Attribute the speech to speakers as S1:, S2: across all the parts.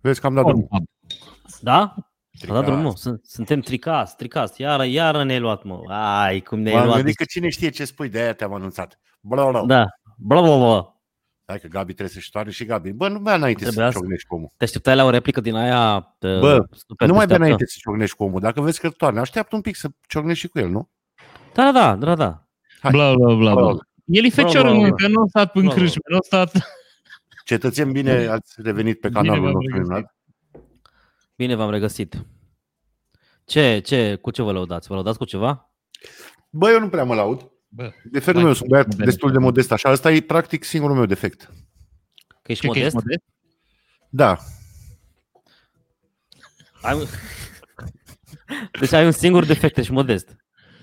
S1: Vezi că am dat drumul.
S2: Da? A dat
S1: Stricat.
S2: drumul. Sunt- Suntem tricați, tricați. Iară, iară ne-ai luat, mă. Ai, cum ne-ai
S1: M-am
S2: luat.
S1: gândit că cine știe ce spui, de aia te-am anunțat. Bla, bla. Da.
S2: Da. Bla, bla, bla.
S1: Hai că Gabi trebuie să-și toarne și Gabi. Bă, nu bea înainte
S2: Trebuia
S1: să
S2: să-
S1: ciocnești cu omul.
S2: Te așteptai la o replică din aia uh,
S1: Bă,
S2: super
S1: nu mai bea
S2: deșteaptă?
S1: înainte să ciocnești cu omul. Dacă vezi că toarne, așteaptă un pic să ciocnești și cu el, nu?
S2: Da, da, da, da, da.
S1: Hai.
S3: Bla, bla, bla,
S1: Bă,
S3: bla. El e feciorul
S2: Bravo,
S3: meu,
S2: bă.
S3: că nu a stat în
S2: Bravo.
S3: crâșmă, nu a stat...
S1: Cetățeni, bine ați revenit pe
S3: Bine
S1: canalul
S3: v-am
S1: nostru.
S3: regăsit.
S1: Ionat.
S2: Bine v-am regăsit. Ce, ce, cu ce vă lăudați? Vă lăudați cu ceva?
S1: Bă, eu nu prea mă laud.
S3: Bă,
S1: Defectul
S3: Mai-
S1: meu, sunt băiat
S3: mai-
S1: destul de modest așa. Asta e practic singurul meu defect.
S2: Că ești
S3: ce că ești
S2: modest?
S3: modest?
S1: Da,
S2: Ai un- Deci ai un singur defect, ești modest.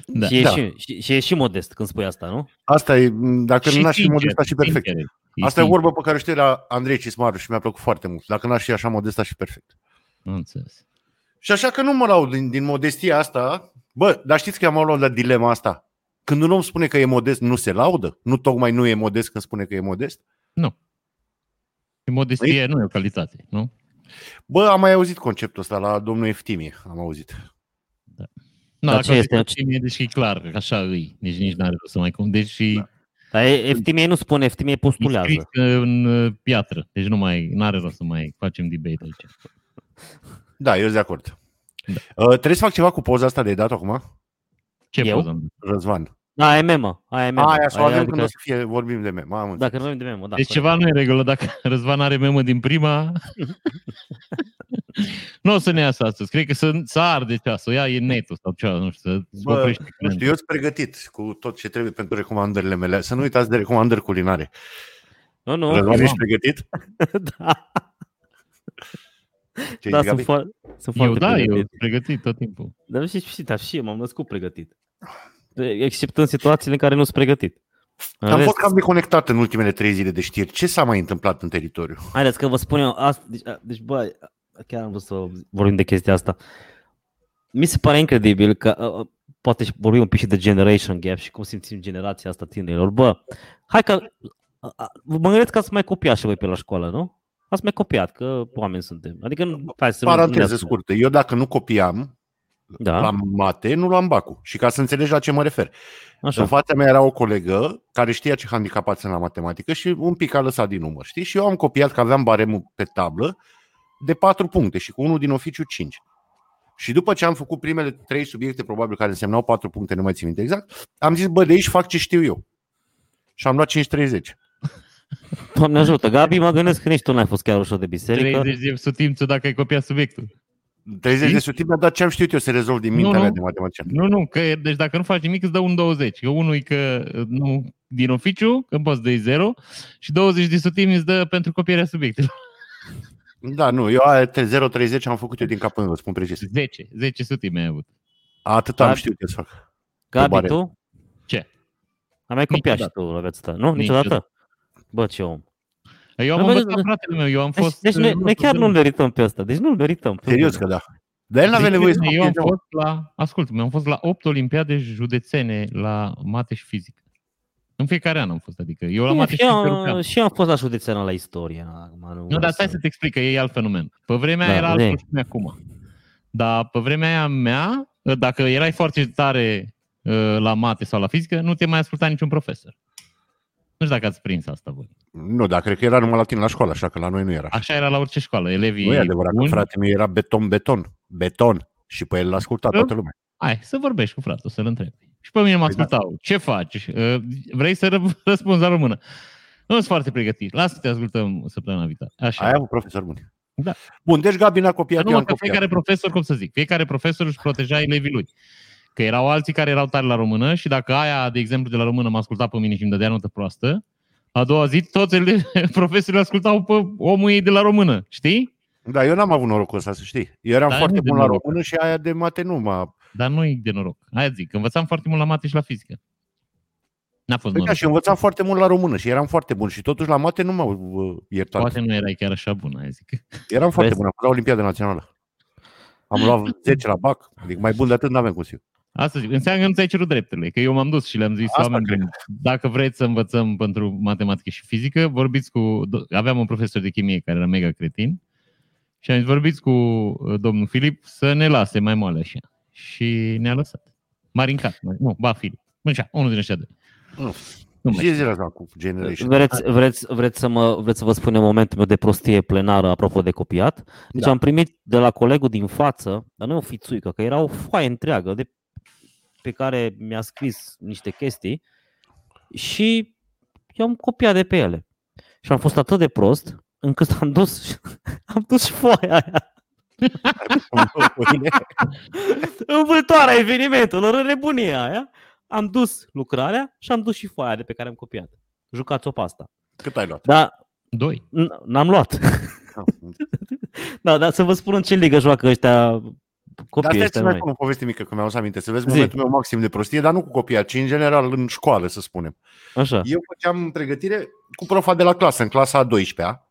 S3: Da.
S2: Și, e
S1: Da.
S2: și, și, și e și modest când spui asta, nu?
S1: asta e, m, dacă
S3: Și
S1: n-aș fi
S3: sincer,
S1: modest, aș fi perfect.
S3: sincer, e
S1: Asta e o
S3: sincer.
S1: vorbă pe care o știe la Andrei Cismaru și mi-a plăcut foarte mult. Dacă n-aș fi așa modest, aș fi perfect.
S3: Nu înțeles.
S1: Și așa că nu mă laud din, din modestia asta. Bă, dar știți că am luat la dilema asta. Când un om spune că e modest, nu se laudă? Nu tocmai nu e modest când spune că e modest?
S3: Și modestie nu e o calitate, nu?
S1: Bă, am mai auzit conceptul ăsta la domnul Eftimie, am auzit.
S3: Da,
S2: Dar
S3: dacă
S2: ce
S3: o
S2: este?
S3: zici mie, deci e clar, că așa îi, deci nici n-are rost să mai cum. Deci e
S2: Dar e- Eftimie nu spune, Eftimie
S3: scris
S2: postulează.
S3: în uh, piatră, deci nu mai, n-are rost să mai facem debate aici.
S1: Da, eu sunt de acord.
S2: Da.
S1: Uh, trebuie să fac ceva cu poza asta de dat acum?
S3: Ce
S2: Eu?
S3: poză am dat?
S1: Răzvan.
S2: Da, aia e memă. Aia e memă.
S1: Aia, să o avem când
S2: adică,
S1: o să fie, vorbim de meme. Mamă,
S2: Dacă vorbim de memă, da.
S3: Deci
S2: corect.
S3: ceva nu e în regulă, dacă Răzvan are memă din prima, nu o să ne iasă astăzi. Cred că să, să arde ceasul, ia
S2: Da.
S3: e netul sau ceva, nu știu, să
S1: Bă,
S3: oprește
S1: Nu știu, eu sunt pregătit cu tot ce trebuie pentru recomandările mele. Să nu uitați de recomandări culinare.
S2: Nu, nu.
S1: Răzvan, ești pregătit?
S2: da,
S1: Ce
S2: da
S1: zici,
S2: sunt,
S1: Gabi?
S2: foarte, sunt
S3: Eu
S2: foarte
S3: da, eu
S2: pregătit.
S3: sunt pregătit tot timpul.
S2: Dar nu știi, și da, și eu m-am născut pregătit. Except în situațiile în care nu sunt pregătit. În
S1: Am
S2: rest,
S1: fost cam deconectat în ultimele trei zile de știri. Ce s-a mai întâmplat în teritoriu?
S2: Haideți că vă spun eu, asta, deci, a- deci bă, chiar am vrut să vorbim de chestia asta. Mi se pare incredibil că a, a, poate și vorbim un pic și de generation gap și cum simțim generația asta tinerilor. Bă, hai că a, a, mă gândesc că ați mai copiat și voi pe la școală, nu? Ați mai copiat, că oameni suntem. Adică, nu- hai să nu- nu
S1: Paranteză
S2: ne-
S1: scurtă. Eu dacă nu copiam
S2: Da,
S1: la mate, nu luam bacul. Și ca să înțelegi la ce mă refer.
S2: așa.
S1: În fața mea era o colegă care știa ce handicapați sunt la matematică și un pic a lăsat din număr. Știi? Și eu am copiat că aveam baremul pe tablă de 4 puncte și cu unul din oficiu 5. Și după ce am făcut primele trei subiecte, probabil care însemnau 4 puncte, nu mai țin minte exact, am zis, bă, de aici fac ce știu eu. Și am luat 5.30.
S2: Doamne ajută. Gabi, mă gândesc că nici tu n-ai fost chiar ușor de biserică.
S3: 30 de sutimțul dacă ai copiat subiectul.
S1: 30 de
S3: Știi?
S1: sutime, dar ce am știut eu să rezolv din mintea
S3: Nu, nu.
S1: mea de matematician?
S3: Nu, nu, că deci dacă nu faci nimic îți dă un 20. Că unul e că nu, din oficiu, când poți dă 0 și 20 de sutimi îți dă pentru copierea subiectelor.
S1: Da, nu, eu aia 0.30 am făcut eu din cap până, vă spun precis.
S3: 10, 10 sutimi ai avut.
S1: Atât
S2: Da.
S1: am știut eu să fac.
S2: Gabi,
S1: Întrebare.
S2: tu?
S3: Ce?
S2: Am mai copiat și
S3: Niciodată.
S2: tu la viața ta, nu?
S3: Niciodată.
S2: Niciodată? Bă, ce om.
S3: Eu am
S2: Bă,
S3: învățat
S2: bă,
S3: fratele meu, eu am
S2: Deci,
S3: fost... uh,
S2: deci noi, noi chiar nu-l merităm pe ăsta. Deci nu-l merităm. pe
S1: Serios
S2: ăsta.
S1: că da. Dar el n-avea
S3: Deci,
S1: nevoie să
S3: eu
S1: fie
S3: am fost la, ascult, mi-am fost la 8 olimpiade județene la mate și fizică. În fiecare an am fost, adică eu la
S2: Bine,
S3: mate și
S2: și,
S3: fizică
S2: eu,
S3: rupeam.
S2: și eu am fost la județeană la istorie. na, Acum, nu,
S3: Nu, dar stai să te explic, că e alt fenomen. Pe vremea
S2: Da,
S3: da, era
S2: zi.
S3: altfel cum e acum. Dar pe vremea aia mea, dacă erai foarte tare uh, la mate sau la fizică, nu te mai asculta niciun profesor. Nu știu dacă ați prins asta voi.
S1: Nu, dar cred că era numai la tine la școală, așa că la noi nu era.
S3: Așa era la orice școală. Elevii
S1: nu e adevărat
S3: buni,
S1: că fratele meu era beton, beton, beton. Și pe el l-a ascultat
S3: Da.
S1: toată lumea.
S3: Hai, să vorbești cu fratele, să-l întrebi. Și pe mine mă
S1: Păi da.
S3: ascultau. Ce faci? Uh, Vrei să ră- răspunzi la română? Nu sunt foarte pregătit. Lasă să te ascultăm săptămâna viitoare. Așa.
S1: Aia cu profesor bun.
S3: Da.
S1: Bun, deci Gabi n-a copiat,
S3: Dar
S1: eu
S3: nu,
S1: am
S3: că
S1: copiat.
S3: fiecare profesor, cum să zic, fiecare profesor își proteja elevii lui. Că erau alții care erau tari la română și dacă aia, de exemplu, de la română m-a ascultat pe mine și îmi dădea notă proastă, a doua zi toți ele- profesorii ascultau pe omul ei de la română, știi?
S1: Da, eu n-am avut norocul ăsta, să știi. Eu eram
S3: Da,
S1: foarte
S3: nu de
S1: bun la
S3: noroc.
S1: română și aia de mate nu m-a...
S3: Dar nu e de noroc. Aia zic, învățam foarte mult la mate și la fizică. N-a
S1: Păi
S3: fost
S1: da,
S3: noroc.
S1: și învățam foarte mult la română și eram foarte bun și totuși la mate nu m-au uh, iertat.
S3: Poate nu erai chiar așa bun, aia zic.
S1: Eram foarte
S2: Vezi?
S1: bun, am fost la Olimpiada Națională. Am luat 10 la BAC, adică mai bun de atât n-avem cum să fiu.
S3: Asta zic. Înseamnă că nu ți-ai cerut dreptele, că eu m-am dus și le-am zis
S1: Asta
S3: oameni,
S1: cred.
S3: buni, dacă vreți să învățăm pentru matematică și fizică, vorbiți cu... Aveam un profesor de chimie care era mega cretin Și am zis, vorbiți cu uh, domnul Filip să ne lase mai moale așa. Și ne-a lăsat. Marincat. Nu, ba Filip. Așa, unul din ăștia doi. Nu mai
S1: Și zile asta cu Generation.
S2: Vreți, vreți, vreți, să mă, vreți să vă spun momentul meu de prostie plenară apropo de copiat? Deci
S1: Da.
S2: da. am primit de la colegul din față, dar nu e o fițuică, că era o foaie întreagă de, pe care mi-a scris niște chestii și i-am copiat de pe ele. Și am fost atât de prost încât am dus, am dus foaia aia în vâltoarea evenimentelor, în nebunia aia. Am dus lucrarea și am dus și foaia de pe care am copiat. Jucați-o pe asta.
S1: Cât ai luat?
S2: Dar
S3: Doi.
S2: N- N-am luat. Da, dar să vă spun în ce ligă joacă ăștia
S1: Dar
S2: copiii
S1: stai
S2: ăștia
S1: să mai
S2: noi.
S1: spun o poveste mică, că mi-am adus aminte. Să vezi
S2: Zi.
S1: momentul meu maxim de prostie, dar nu cu copii, ci în general în școală, să spunem.
S2: Așa.
S1: Eu făceam pregătire cu profa de la clasă, în clasa a 12-a,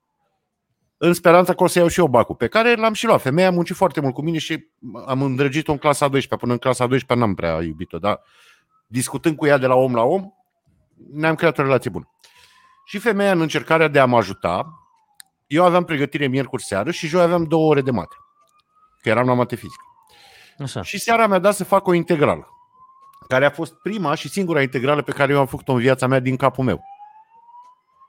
S1: în speranța că o să iau și eu bacul, pe care l-am și luat. Femeia a muncit foarte mult cu mine și am îndrăgit-o în clasa a 12-a. Până în clasa a 12-a n-am prea iubit-o, dar discutând cu ea de la om la om, ne-am creat o relație bună. Și femeia, în încercarea de a mă ajuta, eu aveam pregătire miercuri seară și joi aveam două ore de mate. Că eram la mate fizică.
S2: Așa.
S1: Și seara mi-a dat să fac o integrală, care a fost prima și singura integrală pe care eu am făcut-o în viața mea din capul meu.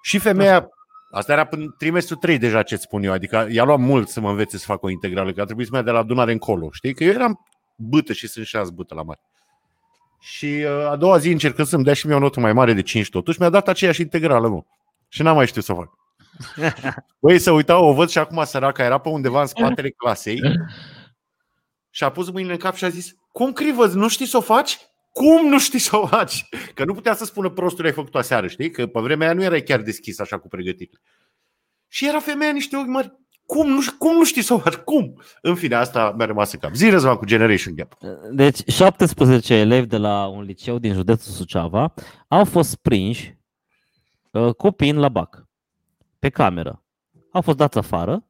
S1: Și femeia, asta era până trimestru 3 deja ce spun eu, adică i-a luat mult să mă învețe să fac o integrală, că a trebuit să mă ia de la adunare încolo, știi? Că eu eram bâtă și sunt și azi bâtă la mare. Și uh, a doua zi încercând să-mi dea și mie o notă mai mare de 5 totuși, mi-a dat aceeași integrală, mă. Și n-am mai știut să o fac. Băi, să uitau, o văd și acum săraca, era pe undeva în spatele clasei și a pus mâinile în cap și a zis Cum crivă, nu știi să o faci? Cum nu știi să o faci? Că nu putea să spună prostul ai făcut aseară, știi? Că pe vremea aia nu era chiar deschis așa cu pregătire. Și era femeia niște ochi mari. Cum nu, ș- cum nu știi să o faci? Cum? În fine, asta mi-a rămas în cap. Zi, Răzvan, cu Generation Gap.
S2: Deci 17 elevi de la un liceu din județul Suceava au fost prinși uh, copiind la bac, pe cameră. Au fost dați afară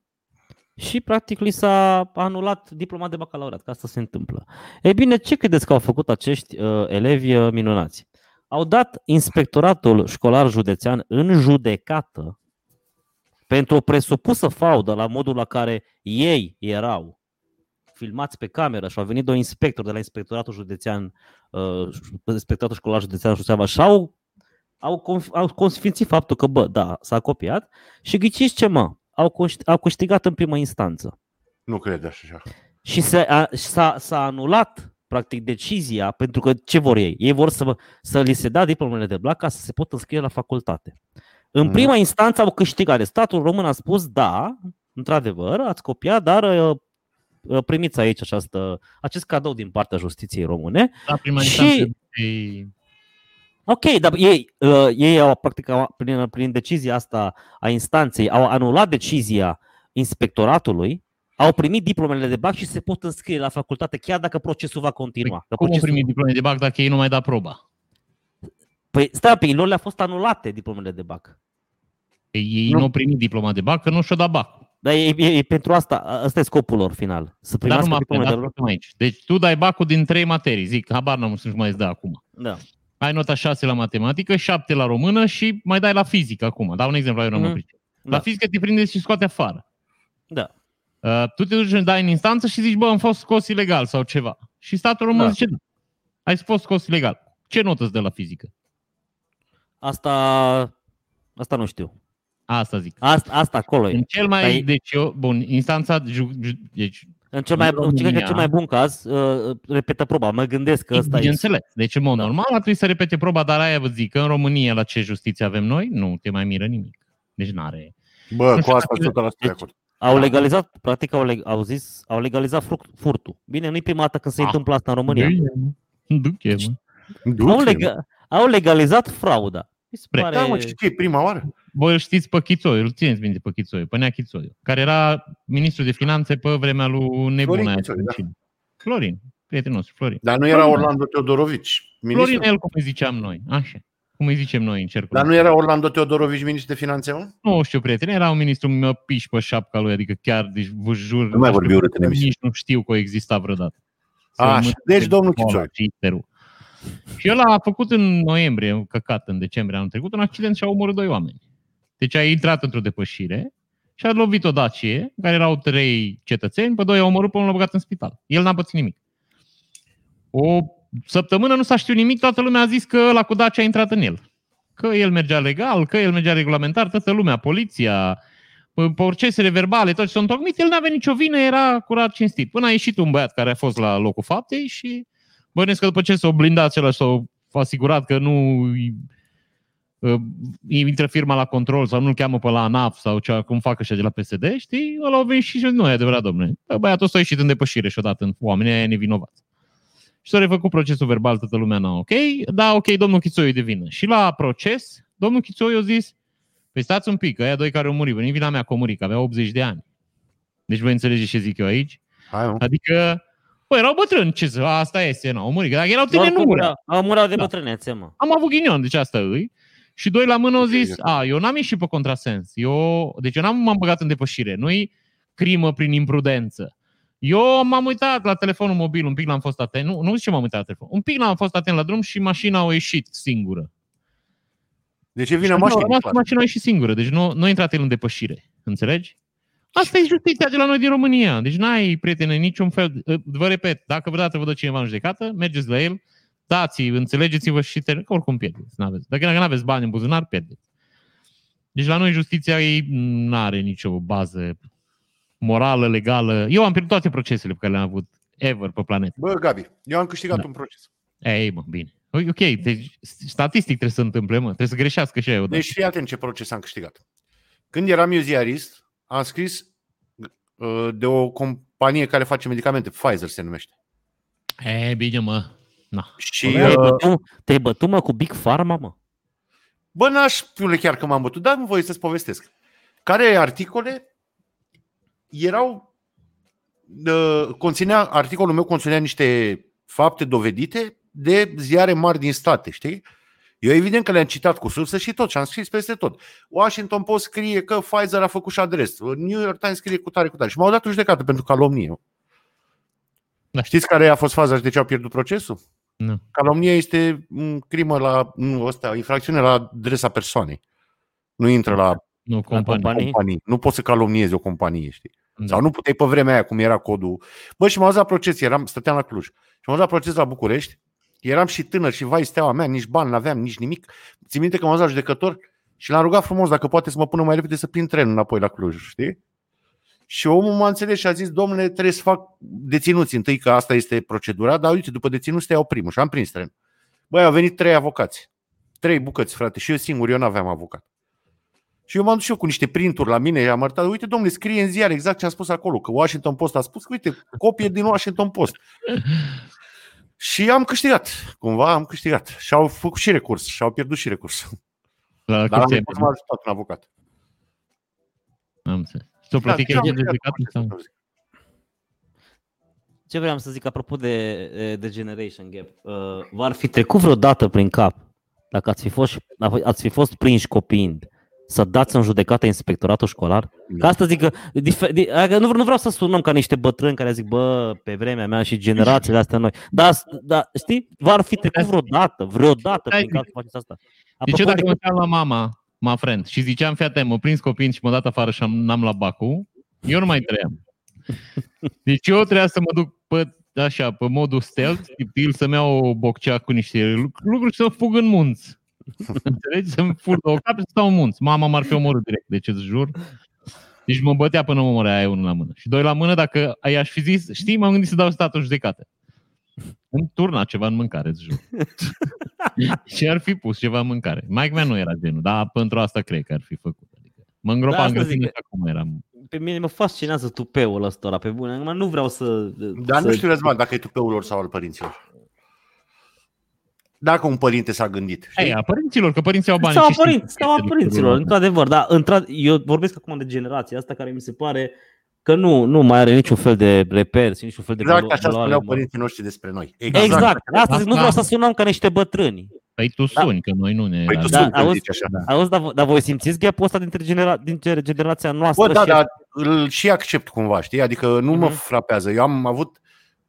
S2: și practic li s-a anulat diploma de bacalaureat, că asta se întâmplă. Ei bine, ce credeți că au făcut acești uh, elevi uh, minunați? Au dat inspectoratul școlar județean în judecată pentru o presupusă faudă la modul la care ei erau filmați pe cameră și au venit doi inspectori de la inspectoratul județean, uh, inspectoratul școlar județean Suceava și au, au, conf, au consfințit faptul că, bă, da, s-a copiat și ghiciți ce, mă, au, conș- au câștigat în primă instanță.
S1: Nu cred așa.
S2: Și se, a, s-a, s-a anulat, practic, decizia, pentru că ce vor ei? Ei vor să, să li se dea diplomele de blac ca să se pot înscrie la facultate. În
S1: Mhm.
S2: prima instanță au câștigat. Deci, Statul român a spus, da, într-adevăr, ați copiat, dar uh, uh, primiți aici această, acest cadou din partea justiției române.
S3: La prima
S2: Și-
S3: instanță. ei-
S2: Ok, dar ei, uh, ei au, practic, au, prin, prin decizia asta a instanței, au anulat decizia inspectoratului, au primit diplomele de bac și se pot înscrie la facultate, chiar dacă procesul va continua. Că
S3: Păi, Cum o
S2: procesul-
S3: primi diplome de bac dacă ei nu mai da proba?
S2: Păi, stai, pe lor le-a fost anulate diplomele de bac.
S3: Ei
S1: Nu.
S3: nu au primit diploma de bac, că nu și-o da bac.
S2: Dar e, e, e pentru asta, ăsta e scopul lor final.
S3: Dar nu
S2: Să primească
S3: m-a
S2: diplomele de
S3: predat
S2: bac.
S3: acum aici. Deci tu dai bacul din trei materii, zic, habar n-am să mai îți dă acum.
S2: Da.
S3: Ai nota 6 la matematică, 7 la română și mai dai la fizică acum. Dau un exemplu, eu nu mă
S2: Mhm.
S3: pricep. La
S2: Da.
S3: fizică te prinde și scoate afară.
S2: Da.
S3: Uh, tu te duci, îmi dai în instanță și zici, bă, am fost scos ilegal sau ceva. Și statul român
S2: Da.
S3: zice, da. Ai fost scos ilegal. Ce notă îți dă la fizică?
S2: Asta, asta nu știu.
S3: Asta zic.
S2: Asta, asta acolo
S3: În
S2: e.
S3: cel mai,
S2: Păi-
S3: deci eu, bun, instanța, ju, ju, deci,
S2: În cel mai,
S3: în
S2: în cel,
S3: România-
S2: cel mai bun caz, uh, repetă proba, mă gândesc că ăsta e.
S3: bineînțeles, deci în mod
S2: Da.
S3: normal ar trebui să repete proba, dar aia vă zic, că în România la ce justiție avem noi, nu te mai miră nimic. Deci n-are.
S1: Bă,
S3: Nu
S1: cu
S3: știu
S1: asta
S3: dacă-
S1: 100% de
S2: deci-
S1: acord.
S2: Au
S3: Da.
S2: legalizat, practic au, leg, au zis, au legalizat fruct, furtul. Bine, nu-i prima dată când se
S3: Ah.
S2: întâmplă asta în România.
S3: Duche,
S2: Deci,
S3: mă.
S2: Au,
S1: Du-te, mă.
S2: lega, au legalizat frauda. Mi se
S3: Pre-
S2: pare...
S1: Da, mă, și ce e prima oară?
S3: Voi îl știți pe Chițoiu, îl țineți minte pe Chițoiu, pe Nea Chițoiu, care era ministru de finanțe pe vremea lui
S1: Florin
S3: nebuna aia.
S1: Chițoiu, da.
S3: Florin, Florin, prietenul nostru, Florin.
S1: Dar nu era
S3: Florin.
S1: Orlando Teodorovici,
S3: Florin
S1: ministru?
S3: el, cum îi ziceam noi, așa. Cum îi zicem noi în cercul.
S1: Dar nu
S3: nostru.
S1: era Orlando Teodorovici, ministru de finanțe, mă?
S3: Nu știu, prieten, era un ministru mă piș pe șapca lui, adică chiar, deci vă jur,
S1: Nu mai vorbi urât în emisiune.
S3: nici nu știu că exista vreodată.
S1: Așa,
S3: rămân-
S1: deci domnul
S3: Mola
S1: Chițoiu.
S3: și Isteru. Și el a făcut în noiembrie, un căcat în decembrie anul trecut, un accident și a omorât doi oameni. Deci a intrat într-o depășire și a lovit o dacie, în care erau trei cetățeni, pe doi au omorât, pe unul l-a băgat în spital. El n-a pățit nimic. O săptămână nu s-a știut nimic, toată lumea a zis că la cu dacia a intrat în el. Că el mergea legal, că el mergea regulamentar, toată lumea, poliția, procesele verbale, tot ce s-au întocmit, el n-avea nicio vină, era curat cinstit. Până a ieșit un băiat care a fost la locul faptei și bănesc că după ce s-au blindat același, s-au asigurat că nu uh, intră firma la control sau nu-l cheamă pe la ANAF sau ce, cum fac ăștia de la PSD, știi, ăla au venit și zis, nu, e adevărat, domnule. Păi Băiatul ăsta a ieșit în depășire și odată în oamenii aia nevinovați. Și s-a refăcut procesul verbal, toată lumea n-a ok, da, ok, domnul Chițoiu e de vină. Și la proces, domnul Chițoiu a zis, păi stați un pic, aia doi care au murit, veni vina mea că au murit, că avea 80 de ani. Deci voi înțelegeți ce zic eu aici?
S1: Hai, mă.
S3: Adică, bă, erau bătrâni, ce să, asta este, n-au murit, că dacă erau tineri, nu
S2: Oricum,
S3: mureau.
S2: da, Au murat de
S3: Da.
S2: bătrânețe, mă.
S3: Am avut ghinion, deci asta îi. Și doi la mână au zis,
S1: Ok,
S3: a, eu n-am ieșit pe contrasens. Eu, deci eu n-am m-am băgat în depășire. Nu-i crimă prin imprudență. Eu m-am uitat la telefonul mobil, un pic l-am fost atent. Nu, nu zic ce m-am uitat la telefon. Un pic l-am fost atent la drum și mașina a ieșit singură.
S1: Deci e
S3: Și
S1: vina
S3: atunci au
S1: mașinii.
S3: rămas,
S1: clar.
S3: mașina a ieșit singură. Deci nu, nu a intrat el în depășire. Înțelegi? Asta e justiția de la noi din România. Deci n-ai, prietene, niciun fel. ă, Vă repet, dacă vreodată vă dă cineva în judecată, mergeți la el, dați înțelegeți-vă și te... că oricum pierdeți. N-aveți. Dacă nu aveți bani în buzunar, pierdeți. Deci la noi justiția ei nu are nicio bază morală, legală. Eu am pierdut toate procesele pe care le-am avut ever pe planetă.
S1: Bă, Gabi, eu am câștigat
S3: Da.
S1: un proces.
S3: Ei, mă, bine. Ok, deci statistic trebuie să se întâmple, mă. Trebuie să greșească și eu. da.
S1: Deci fii atent ce proces am câștigat. Când eram eu ziarist, am scris uh, de o companie care face medicamente, Pfizer se numește.
S3: E, bine, mă. Na.
S1: Și
S2: Te-ai
S1: uh,
S2: bătut, te-ai bătut, mă, cu Big Pharma, mă?
S1: Bă, n-aș spune chiar că m-am bătut, dar nu voi să-ți povestesc. Care articole erau... Uh, conținea, articolul meu conținea niște fapte dovedite de ziare mari din state, știi? Eu evident că le-am citat cu sursă și tot și am scris peste tot. Washington Post scrie că Pfizer a făcut și adres. New York Times scrie cu tare, cu tare. Și m-au dat în judecată pentru calomnie.
S3: Da.
S1: Știți care a fost faza și de ce au pierdut procesul?
S3: Nu.
S1: Calomnia este m, crimă la, nu, asta, infracțiune la adresa persoanei. Nu intră la
S3: Nu, companie.
S2: companie.
S1: companii. Nu poți să calomniezi o companie, știi?
S3: Da.
S1: Da. Sau nu puteai pe vremea aia, cum era codul. Bă, și m-am dus la proces, eram, stăteam la Cluj. Și m-am dus la proces la București, eram și tânăr și vai steaua mea, nici bani n-aveam, nici nimic. Țin minte că m-am dus la judecător și l-am rugat frumos dacă poate să mă pună mai repede să prind trenul înapoi la Cluj, știi? Și omul m-a înțeles și a zis, domnule, trebuie să fac deținuți întâi, că asta este procedura, dar uite, după deținuți te iau primul și am prins trenul. Băi, au venit trei avocați. Trei bucăți, frate, și eu singur, eu n-aveam avocat. Și eu m-am dus și eu cu niște printuri la mine, am arătat, uite domnule, scrie în ziar exact ce am spus acolo, că Washington Post a spus, că uite, copie din Washington Post. Și am câștigat, cumva am câștigat. Și au făcut și recurs, și au pierdut și recurs.
S3: La
S1: Dar am
S3: curte.
S1: fost m-a ajutat un avocat.
S3: Am înțeles. S-o
S1: Da,
S3: plătit
S1: și
S3: chiar
S1: am
S3: de
S1: câștigat
S3: judecată? sau?
S1: procesul.
S2: Ce vreau să zic apropo de, de Generation Gap? Uh, v-ar fi trecut vreodată prin cap, dacă ați fi fost, dacă ați fi fost prinși copiind, să dați în judecată inspectoratul școlar? Că asta zic că, difer- di- adică nu, nu vreau să sunăm ca niște bătrâni care zic, bă, pe vremea mea și generațiile astea noi. Dar, da, știi, v-ar fi trecut vreodată, vreodată prin cap să faceți asta.
S3: Deci
S2: Apropo adică
S3: eu dacă mă
S2: de,
S3: uitam la mama, ma friend, și ziceam, fii atent, mă prins copiii și mă dat afară și am, n-am la bacu, eu nu mai trăiam. Deci eu trebuia să mă duc pe, așa, pe modul stealth, subtil, să-mi iau o boccea cu niște lucruri, lucruri și să fug în munți. Înțelegi? Să-mi fur două cap și să stau în munți. Mama m-ar fi omorât direct, deci îți jur. Deci mă bătea până mă murea aia unul la mână. Și doi la mână, dacă i-aș fi zis, știi, m-am gândit să dau statul în judecată. Îmi turna ceva în mâncare, îți jur. Și ar fi pus ceva în mâncare. Mike mea nu era genul, dar pentru asta cred că ar fi făcut. Adică mă îngropa
S2: Da,
S3: în
S2: asta zic
S3: grădină
S2: că-
S3: și acum eram.
S2: pe mine mă fascinează tupeul ăsta, pe bune. Acum nu vreau să...
S1: Dar
S2: să,
S1: nu știu, Răzvan, dacă e tupeul lor sau al părinților. Dacă un părinte s-a gândit. știi?
S3: Ei, a părinților, că părinții au bani.
S2: Păi- Sau a
S3: și știu
S2: părinț,
S3: că
S2: sau a
S3: este
S2: părinților,
S3: lucrul
S2: într-adevăr, da, într eu vorbesc acum de generația asta care mi se pare că nu, nu mai are niciun fel de reper, și niciun fel de
S1: Exact
S2: valo-
S1: așa
S2: valoare
S1: spuneau
S2: mor-
S1: părinții noștri despre noi.
S2: Exact, asta zic, nu
S3: Asta-
S2: vreau să sunăm ca niște bătrâni.
S3: Păi tu suni, că noi nu ne...
S1: Păi tu
S2: Da,
S1: da,
S2: auzi?
S1: zici așa.
S2: Auzi, dar, vo- dar voi simțiți gap ăsta dintre, genera- dintre generația noastră?
S1: Bă, da,
S2: și
S1: dar îl și accept cumva, știi? Adică nu mă
S2: Mhm.
S1: frapează. Eu am avut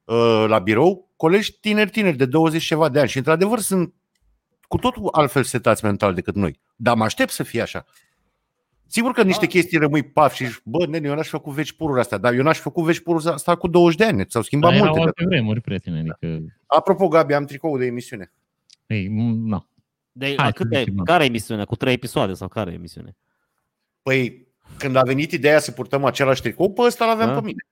S1: uh, la birou colegi tineri, tineri de 20 și ceva de ani și într-adevăr sunt cu totul altfel setați mental decât noi. Dar mă aștept să fie așa. Sigur că niște
S2: Da.
S1: chestii rămâi paf și zici, bă, nene, eu n-aș făcut veci purul astea, dar eu n-aș făcut veci purul asta cu 20 de ani, s-au schimbat
S3: Dar
S1: multe.
S3: Da, erau
S1: de-
S3: alte vremuri, prietene, adică...
S1: Apropo, Gabi, am tricoul de emisiune.
S3: Ei, m- na.
S2: De,
S3: Hai
S2: Hai,
S3: să
S2: cât e,
S3: zicem, da.
S2: care e emisiunea? Cu trei episoade sau care e emisiune?
S1: Păi, când a venit ideea să purtăm același tricou, pe ăsta l-aveam
S2: Da.
S1: pe mine.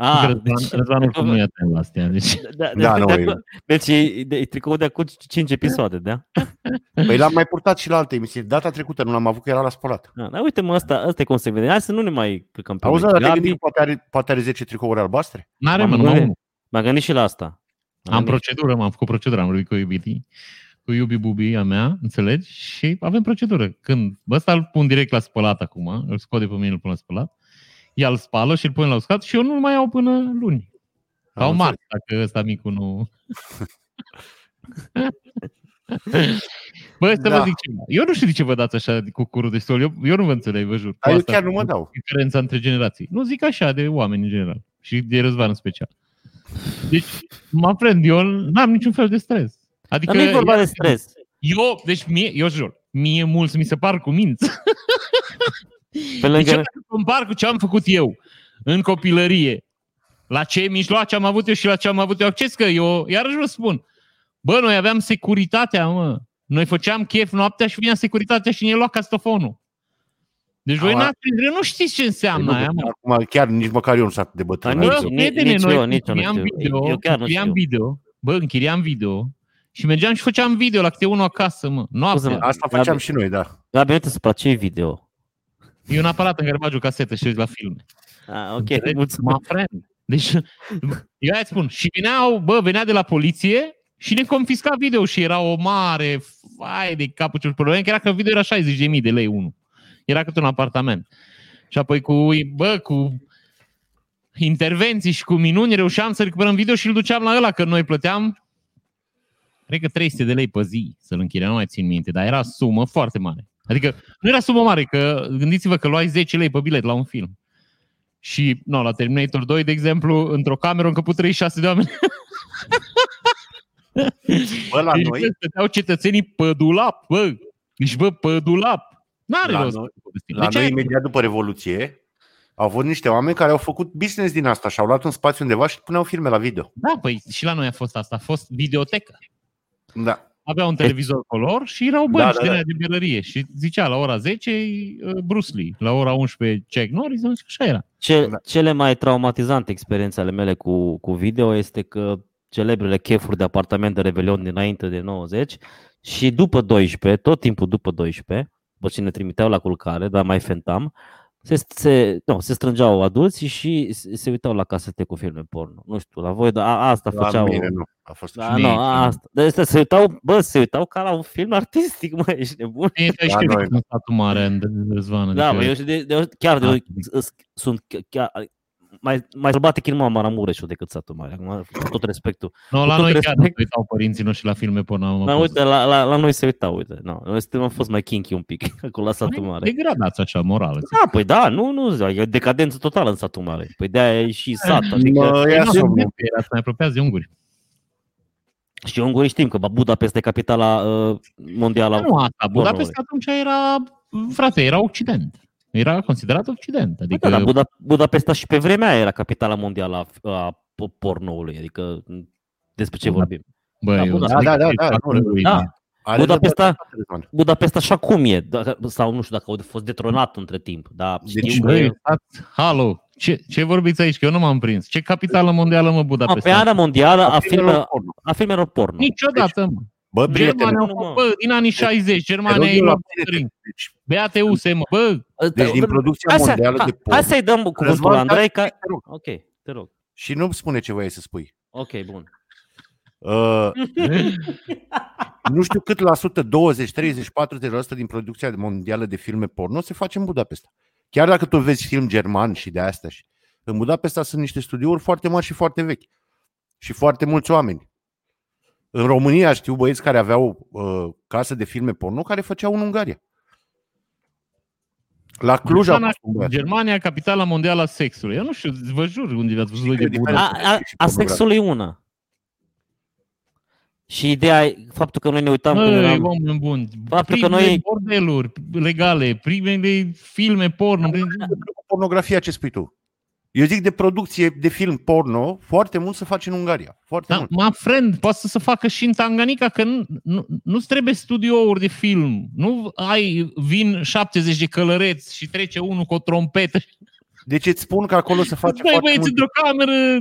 S3: Ah,
S2: Ah,
S3: Răzvan,
S2: deci,
S3: Răzvan oricum nu e atent la astea, deci...
S2: da,
S1: Da,
S2: da,
S1: nu,
S2: de,
S1: e-
S2: acum- deci e, de, e tricou de acum 5 episoade, da?
S1: Păi l-am mai purtat și la alte emisiuni. Data trecută nu l-am avut, că era la spălat.
S2: da dar uite mă, asta, asta e cum se vede. Hai să nu ne mai căcăm pe
S1: Auzi,
S2: noi.
S1: dar te-ai
S2: Gabi,
S1: gândit că poate are, poate are 10 tricouri albastre?
S3: N-are,
S2: Am
S3: mă, numai
S2: gândit.
S3: unul.
S2: M-am gândit și la asta. M-am
S3: Am
S2: gândit.
S3: procedură, m-am făcut procedură, am vorbit cu iubitii, cu iubi bubi a mea, înțelegi? Și avem procedură. Când bă, ăsta îl pun direct la spălat acum, îl scot de pe mine, îl pun la spălat, ea îl spală și îl pun la uscat și eu nu mai iau până luni. Sau
S1: Am
S3: marți, dacă ăsta micul nu... Bă, să da.
S1: Da.
S3: vă zic ceva. Eu nu știu de ce vă dați așa cu curul de sol. Eu, eu nu vă înțeleg, vă jur. cu
S1: Dar eu
S3: asta
S1: chiar nu
S3: cu
S1: mă dau.
S3: Diferența între generații. Nu zic așa de oameni în general. Și de Răzvan în special. Deci, mă prend, eu n-am niciun fel de stres. Adică,
S2: Dar nu e vorba de stres.
S3: eu, deci mie, eu jur, mie mulți mi se par cu minți.
S2: Pe
S3: Deci eu
S2: lângă,
S3: dacă compar cu ce am făcut eu în copilărie, la ce mijloace am avut eu și la ce am avut eu acces, că eu iarăși vă spun, bă, noi aveam securitatea, mă. Noi făceam chef noaptea și vinea securitatea și ne lua castofonul. Deci voi
S1: Am-
S3: n-ați, nu știți ce înseamnă
S1: Păi
S3: aia,
S2: da.
S1: nu,
S3: mă.
S1: Acum chiar nici măcar eu nu sunt atât de bătrân. Adică,
S2: Dar
S1: ai
S2: nici-
S1: zis-o.
S3: Bă, prietene,
S2: nici
S3: noi
S2: eu, nici eu nu
S3: închiriam
S2: știu.
S3: video,
S2: Eu chiar nu
S3: închiriam
S2: știu.
S3: video, bă, închiriam video și mergeam și făceam video la câte unul acasă, mă, noaptea.
S2: Scuze-mă.
S1: Asta făceam
S2: Gabi.
S1: și noi, da.
S2: Gabi, nu te supăra, ce video?
S3: E un aparat în care bagi o casetă și te uiți la filme.
S2: Ah, ok,
S3: Înțelegi?
S2: mulțumesc.
S3: My friend. Deci, eu aia îți spun, și veneau, bă, venea de la poliție și ne confisca video și era o mare fai de capul cel probleme, că era că video era 60.000 de lei unul. Era cât un apartament. Și apoi cu, bă, cu intervenții și cu minuni reușeam să recuperăm video și îl duceam la ăla, că noi plăteam cred că 300 de lei pe zi să-l închiriam, nu mai țin minte, dar era sumă foarte mare. Adică nu era sumă mare, că gândiți-vă că luai 10 lei pe bilet la un film. Și, nu, la Terminator 2, de exemplu, într-o cameră au încăput 36 de oameni.
S1: Bă, la
S3: deci,
S1: noi,
S3: bă, stăteau cetățenii pădulap, bă. Deci, bă, pădulap. N-are
S1: La
S3: rost.
S1: noi-
S3: de
S1: la
S3: ce
S1: noi
S3: ai-
S1: imediat după Revoluție, au fost niște oameni care au făcut business din asta și au luat un spațiu undeva și puneau filme la video.
S3: Da, păi și la noi a fost asta. A fost videotecă.
S1: Da.
S3: Avea un televizor color și erau
S1: Da,
S3: bănci
S1: da,
S3: da, da,
S1: da.
S3: da. de berărie. Și zicea la ora 10 e, uh, Bruce Lee, la ora 11 Jack Norris, și așa era.
S2: Ce,
S1: Da.
S2: cele mai traumatizante experiențe ale mele cu, cu video este că celebrele chefuri de apartament de Revelion dinainte de 90 și după 12, tot timpul după 12, după ce ne trimiteau la culcare, dar mai fentam, se, se, nu, se strângeau adulți și se, se uitau la casete cu filme porno. Nu știu, la voi, dar a, asta
S1: La
S2: făceau.
S1: mine nu. A fost
S2: Da,
S1: așa.
S3: Nici
S2: nu,
S3: nu.
S2: asta. Dar ăsta se uitau, bă, se uitau ca la un film artistic, mă, ești nebun.
S3: E, da,
S1: La
S3: știu
S1: noi.
S3: noi. în statul mare, în Răzvan.
S2: Da,
S3: adică-
S2: mă, eu și de, de, chiar
S1: Ah.
S3: Da.
S2: de, îs- sunt ch- chiar, mai, mai sălbatic nu am Maramureșul decât satul mare, acum, cu tot respectul.
S3: No,
S2: Cu
S3: la
S2: tot
S3: noi chiar nu se
S2: respect-
S3: uitau părinții noștri la filme porno.
S1: păi
S2: Dar uite, la, la, la, noi se uitau, uite, no, noi suntem, am fost mai kinky un pic, acolo la satul mare.
S3: Degradați așa morală.
S2: Da, păi da, nu, nu, e decadență totală în satul mare. Păi de-aia e și sat, adică,
S1: Mă,
S3: Păi
S1: ia
S3: nu,
S1: să
S3: nu,
S1: mă-
S3: era să ne apropiați de unguri.
S2: și ungurii știm că Budapest e capitala uh, mondială.
S3: Nu asta, Budapest
S2: pornului.
S3: atunci era, frate, era Occident. Era considerat Occident.
S2: Bă,
S3: Adică,
S2: Da, dar Buda, Budapesta și pe vremea aia era capitala mondială a, a po- pornoului, adică m, despre ce
S3: Da.
S2: vorbim.
S3: bă,
S2: da,
S3: eu
S2: Buda-
S3: înțeleg
S1: da, da,
S3: că
S1: da,
S3: e
S1: nu,
S3: acolo,
S2: Da,
S1: Are
S2: Budapesta-
S1: dreptate,
S2: Budapesta așa cum e, dacă, sau nu știu dacă au fost detronat între timp, dar
S1: Deci,
S2: știu că
S3: Băi,
S2: e-
S3: stați, halo, ce, ce vorbiți aici? Că eu nu m-am prins. Ce capitală mondială, mă,
S2: a,
S3: Budapest?
S2: pe ana mondială a, filme,
S1: Filmelor porno.
S2: a filmelor porno.
S3: Niciodată, mă.
S1: Bă, prieteni,
S3: Germania,
S2: nu, mă.
S3: bă, din anii 60,
S1: te rog
S3: Germania e
S1: eu la
S3: la
S1: prieteni. Deci,
S3: BATUS, mă, bă,
S1: deci din producția
S2: Ă, Hai să-
S1: mondială de
S2: ha- Hai
S1: porno.
S2: să-i dăm cuvântul
S1: Răzvan,
S2: lui Andrei, ca...
S1: Te rog.
S2: Ok, te rog.
S1: Și nu spune ce voiai să spui.
S2: Ok, bun.
S1: Uh, nu știu cât la sută, 20, 30, 40% din producția mondială de filme porno se face în Budapesta. Chiar dacă tu vezi film german și de astea. Și în Budapesta sunt niște studiouri foarte mari și foarte vechi. Și foarte mulți oameni. În România știu băieți care aveau uh, case de filme porno care făceau în Ungaria. La Cluj a
S3: Germania-
S1: fost un băiat.
S3: Germania, capitala mondială a sexului. Eu nu știu, vă jur unde v-ați văzut voi de
S1: Știi că
S3: bună.
S1: diferența-
S2: A, a, a sexului e una. Și ideea e faptul că noi ne uitam când
S3: Măi,
S2: eram...
S3: oameni buni,
S2: Faptul că
S3: primele
S2: noi-
S3: bordeluri legale, primele filme porno,
S1: Cu pornografia, ce spui tu? Eu zic de producție de film porno, foarte mult se face în Ungaria. Foarte
S3: Da,
S1: mult.
S3: my friend, poate să se facă și în Tanganyika, că nu, nu, nu-ți trebuie studiouri de film. Nu ai, vin 70 de călăreți și trece unul cu o trompetă.
S1: Deci îți spun că acolo se face
S3: Băi,
S1: foarte
S3: băieți,
S1: mult.
S3: într-o cameră.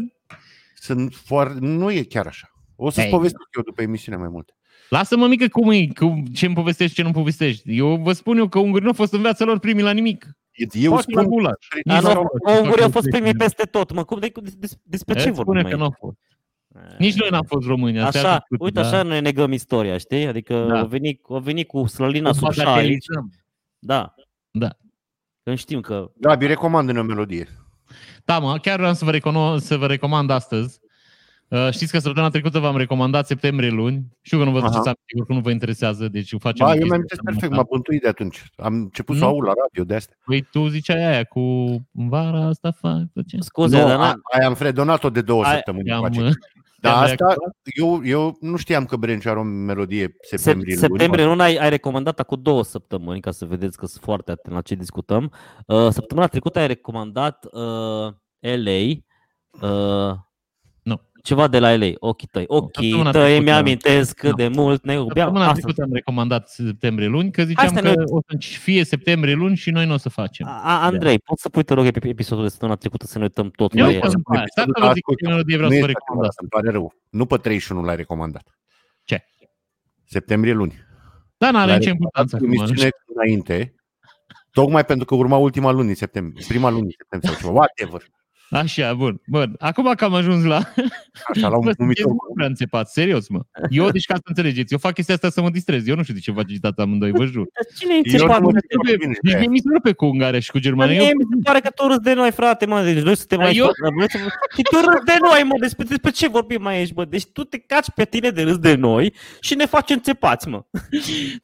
S1: Sunt foar... Nu e chiar așa. O să-ți
S3: Ei.
S1: povestesc eu după emisiune mai multe.
S3: Lasă-mă mică cum e, cum, ce îmi povestești, ce nu povestești. Eu vă spun eu că ungurii nu au fost în viața lor primii la nimic.
S1: Eu
S3: Poate la
S1: spun...
S3: gulaș.
S2: Da,
S3: nici
S1: Sau-
S3: n-au
S2: nu,
S3: fost.
S2: ungurii au fost
S3: Nici
S2: primii
S3: n-au
S2: peste tot, mă, cum de, de, de- despre ce
S3: Îți spune
S2: vorbim
S3: că
S2: aici?
S3: n-au fost. Nici noi n-am fost români. asta e
S2: Așa,
S3: altă chestie,
S2: uite,
S3: da.
S2: așa noi negăm istoria, știi? Adică
S3: Da.
S2: da. o veni, o veni cu slălina
S3: Acum
S2: sub șa aici.
S3: bagatelizăm.
S2: Da.
S3: Da.
S2: Când știm că...
S1: Gabi, Da, recomandă-ne o melodie.
S3: Da, mă, chiar vreau să vă, recono- să vă recomand astăzi. Uh, știți că săptămâna trecută v-am recomandat septembrie luni. Știu că nu vă
S1: Aha.
S3: duceți aminte, oricum nu vă interesează, deci o facem.
S1: Ba,
S3: în
S1: eu mi-am
S3: chestia
S1: amintesc
S3: asta.
S1: perfect, m-a bântuit de atunci. Am început să
S3: Nu.
S1: aud la radio de astea.
S3: Păi tu ziceai aia cu în vara asta fac tot ce...
S2: Scuze,
S1: nu,
S2: dar
S1: a,
S2: n-am...
S1: aia am fredonat-o de două
S2: Aia-
S1: săptămâni.
S3: Am,
S1: încoace.
S3: uh,
S1: Dar
S3: te-am
S1: Da, asta,
S3: reactivat.
S1: eu, eu nu știam că Brenciu are o melodie septembrie.
S2: Septembrie,
S1: luni.
S2: septembrie luna ai, ai recomandat acum două săptămâni, ca să vedeți că sunt foarte atent la ce discutăm. Uh, săptămâna trecută ai recomandat uh, LA. Uh,
S3: Nu.
S2: Ceva de la LA, ochii tăi. Ochii
S3: Săptămâna
S2: tăi
S3: trecută.
S2: mi-amintesc cât
S3: Nu.
S2: de mult ne iubeam.
S3: Săptămâna
S2: Asta,
S3: trecută am recomandat septembrie luni, că ziceam
S2: Asta
S3: că
S2: ne-
S3: o să fie septembrie luni și noi nu o să facem.
S2: a, a- Andrei, poți să pui, te rog, ep- episodul de săptămâna trecută să ne uităm tot
S3: Eu
S2: la
S3: uite,
S2: el?
S3: după aia. Stai să vă zic ce melodie vreau
S1: Nu
S3: să vă
S1: este
S3: recomand
S1: adevărat,
S3: asta.
S1: Îmi pare rău. Nu pe 31 l-ai recomandat.
S3: Ce?
S1: Septembrie luni.
S3: Dar Da, n-are
S1: L-ai
S3: nicio
S1: recomandat
S3: importanță
S1: cu
S3: acum.
S1: emisiune înainte. Tocmai pentru că urma ultima luni din septembrie. Prima luni din septembrie sau ceva. Whatever.
S3: Așa, bun. Bun, acum că am ajuns la
S1: Așa, la
S3: Bă,
S1: un
S3: sunteți
S1: numitor.
S3: mult prea înțepat, serios, mă. Eu, deci ca să înțelegeți, eu fac chestia asta să mă distrez. Eu nu știu de ce vă agitați amândoi, vă jur.
S2: Dar Cine e
S1: Eu
S2: înțepat?
S1: nu mă
S3: Bă,
S1: bine,
S3: Nici
S1: aia.
S3: mie mi se rupe cu Ungaria și cu
S2: Mă,
S3: Germania.
S2: mie
S3: Eu,
S2: mi se pare că tu râzi de noi, frate, mă, deci noi suntem
S3: Dar
S2: aici.
S3: eu-
S2: Eu... Vreți să... vă- Și tu râzi de noi, mă, despre, despre ce vorbim aici, mă? Deci tu te caci pe tine de râs de noi și ne faci înțepați, mă.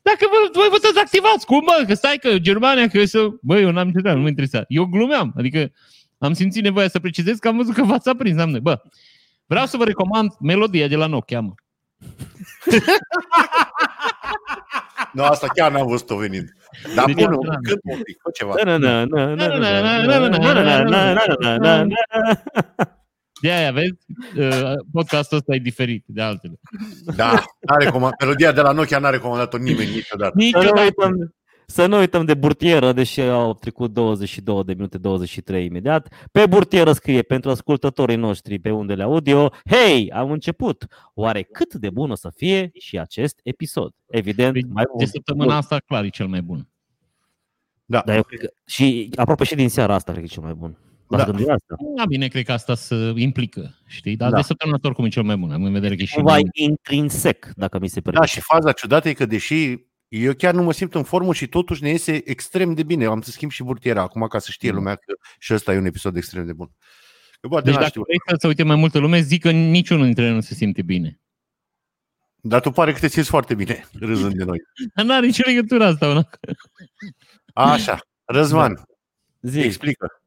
S3: dacă vă, voi vă dezactivați, cum, bă, că stai că Germania, că să... Bă, eu n-am încercat, nu mă interesa. Eu glumeam, adică am simțit nevoia să precizez că am văzut că v-ați aprins, am Bă, vreau să vă recomand melodia de la Nokia, mă.
S1: Nu, asta chiar n-am văzut-o venind. Dar
S3: Deci,
S1: pune
S3: asta-
S1: un cânt, un pic, fă ceva.
S2: Na, na, na, na, na, na, na, na, na, na, na, na, na, na, na.
S3: De aia, vezi, uh, podcastul ăsta e diferit de altele.
S1: Da, n-a recomandat. Melodia de la Nokia n-a recomandat-o nimeni niciodată.
S2: Să nu
S3: Niciodată.
S2: uităm- Să nu uităm de burtieră, deși au trecut 22 de minute, 23 imediat. Pe burtieră scrie pentru ascultătorii noștri pe undele audio, Hei, am început! Oare cât de bun o să fie și acest episod? Evident, mai
S3: De
S2: bun.
S3: săptămâna asta, clar, e cel mai bun.
S1: Da.
S2: Dar eu cred că, și aproape și din seara asta, cred că e cel mai bun.
S1: Da.
S2: Da. Gândit la asta.
S3: Da, bine, cred că asta se implică, știi? Dar
S1: Da.
S3: da. de săptămâna asta oricum e cel mai bun, am în vedere că e și
S2: Cumva
S3: mai...
S2: intrinsec, dacă mi se
S1: Da,
S2: permite.
S1: și faza ciudată e că deși eu chiar nu mă simt în formă și totuși ne iese extrem de bine. Am să schimb și burtiera acum ca să știe
S3: Mm.
S1: lumea că și ăsta e un episod extrem de bun. Că poate
S3: Deci
S1: n-a
S3: dacă
S1: știut.
S3: vrei să se uite mai multă lume, zic că niciunul dintre noi nu se simte bine.
S1: Dar tu pare că te simți foarte bine râzând de noi.
S3: Dar n-are nicio legătură asta. Una.
S1: Așa,
S3: Da,
S1: Răzvan,
S2: Zici,
S1: explică.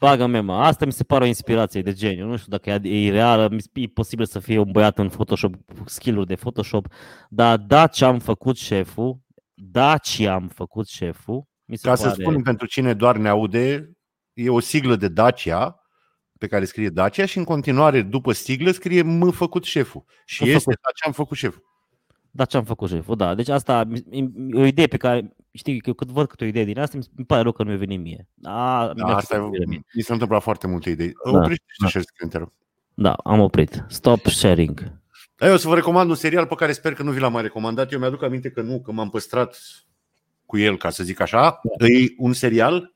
S2: bagă mea, mă. Asta mi se pare o inspirație de geniu. Nu știu dacă e e reală, mi se- e posibil să fie un băiat în Photoshop, cu skill-uri de Photoshop, dar da ce am făcut șeful, da ce am făcut șeful, mi se
S1: Ca să
S2: pare...
S1: spunem pentru cine doar ne aude, e o siglă de Dacia pe care scrie Dacia și în continuare după siglă scrie M făcut șeful. Și
S2: M
S1: este
S2: făcut.
S1: Dacia am făcut șeful.
S2: Da, ce am făcut șeful, da. Deci asta mi- mi- e o idee pe care, știi, că eu cât văd câte o idee din asta, mi se- îmi pare rău că nu e venit mie. A, mi-a
S1: Da,
S2: făcut
S1: asta e,
S2: bine mie.
S1: mi s-a întâmplat foarte multe idei.
S2: Da,
S1: Oprește-te
S2: da.
S1: share screen, te rog.
S2: Da, am oprit. Stop sharing.
S1: Da, eu o să vă recomand un serial pe care sper că nu vi l-am mai recomandat. Eu mi-aduc aminte că nu, că m-am păstrat cu el, ca să zic așa.
S2: Da.
S1: E un serial.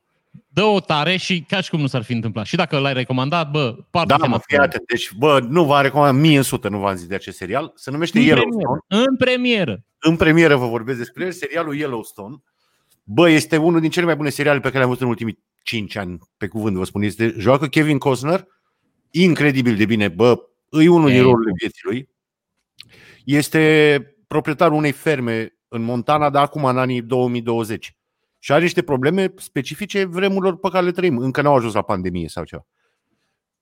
S3: Dă o tare și ca și cum nu s-ar fi întâmplat. Și dacă l-ai recomandat, bă,
S1: Da,
S3: parte
S1: mă, fii atent. Deci, bă, nu v-am recomandat mie în sută, nu v-am zis de acest serial. Se numește
S3: în
S1: Yellowstone.
S3: premieră. În premieră.
S1: În premieră vă vorbesc despre el, serialul Yellowstone. Bă, este unul din cele mai bune seriale pe care le-am văzut în ultimii 5 ani, pe cuvânt vă spun. Este, joacă Kevin Costner, incredibil de bine, bă, e unul din
S3: Ei,
S1: rolurile vieții lui. Este proprietarul unei ferme în Montana, dar acum în anii 2020. Și are niște probleme specifice vremurilor pe care le trăim. Încă n-au ajuns la pandemie sau ceva.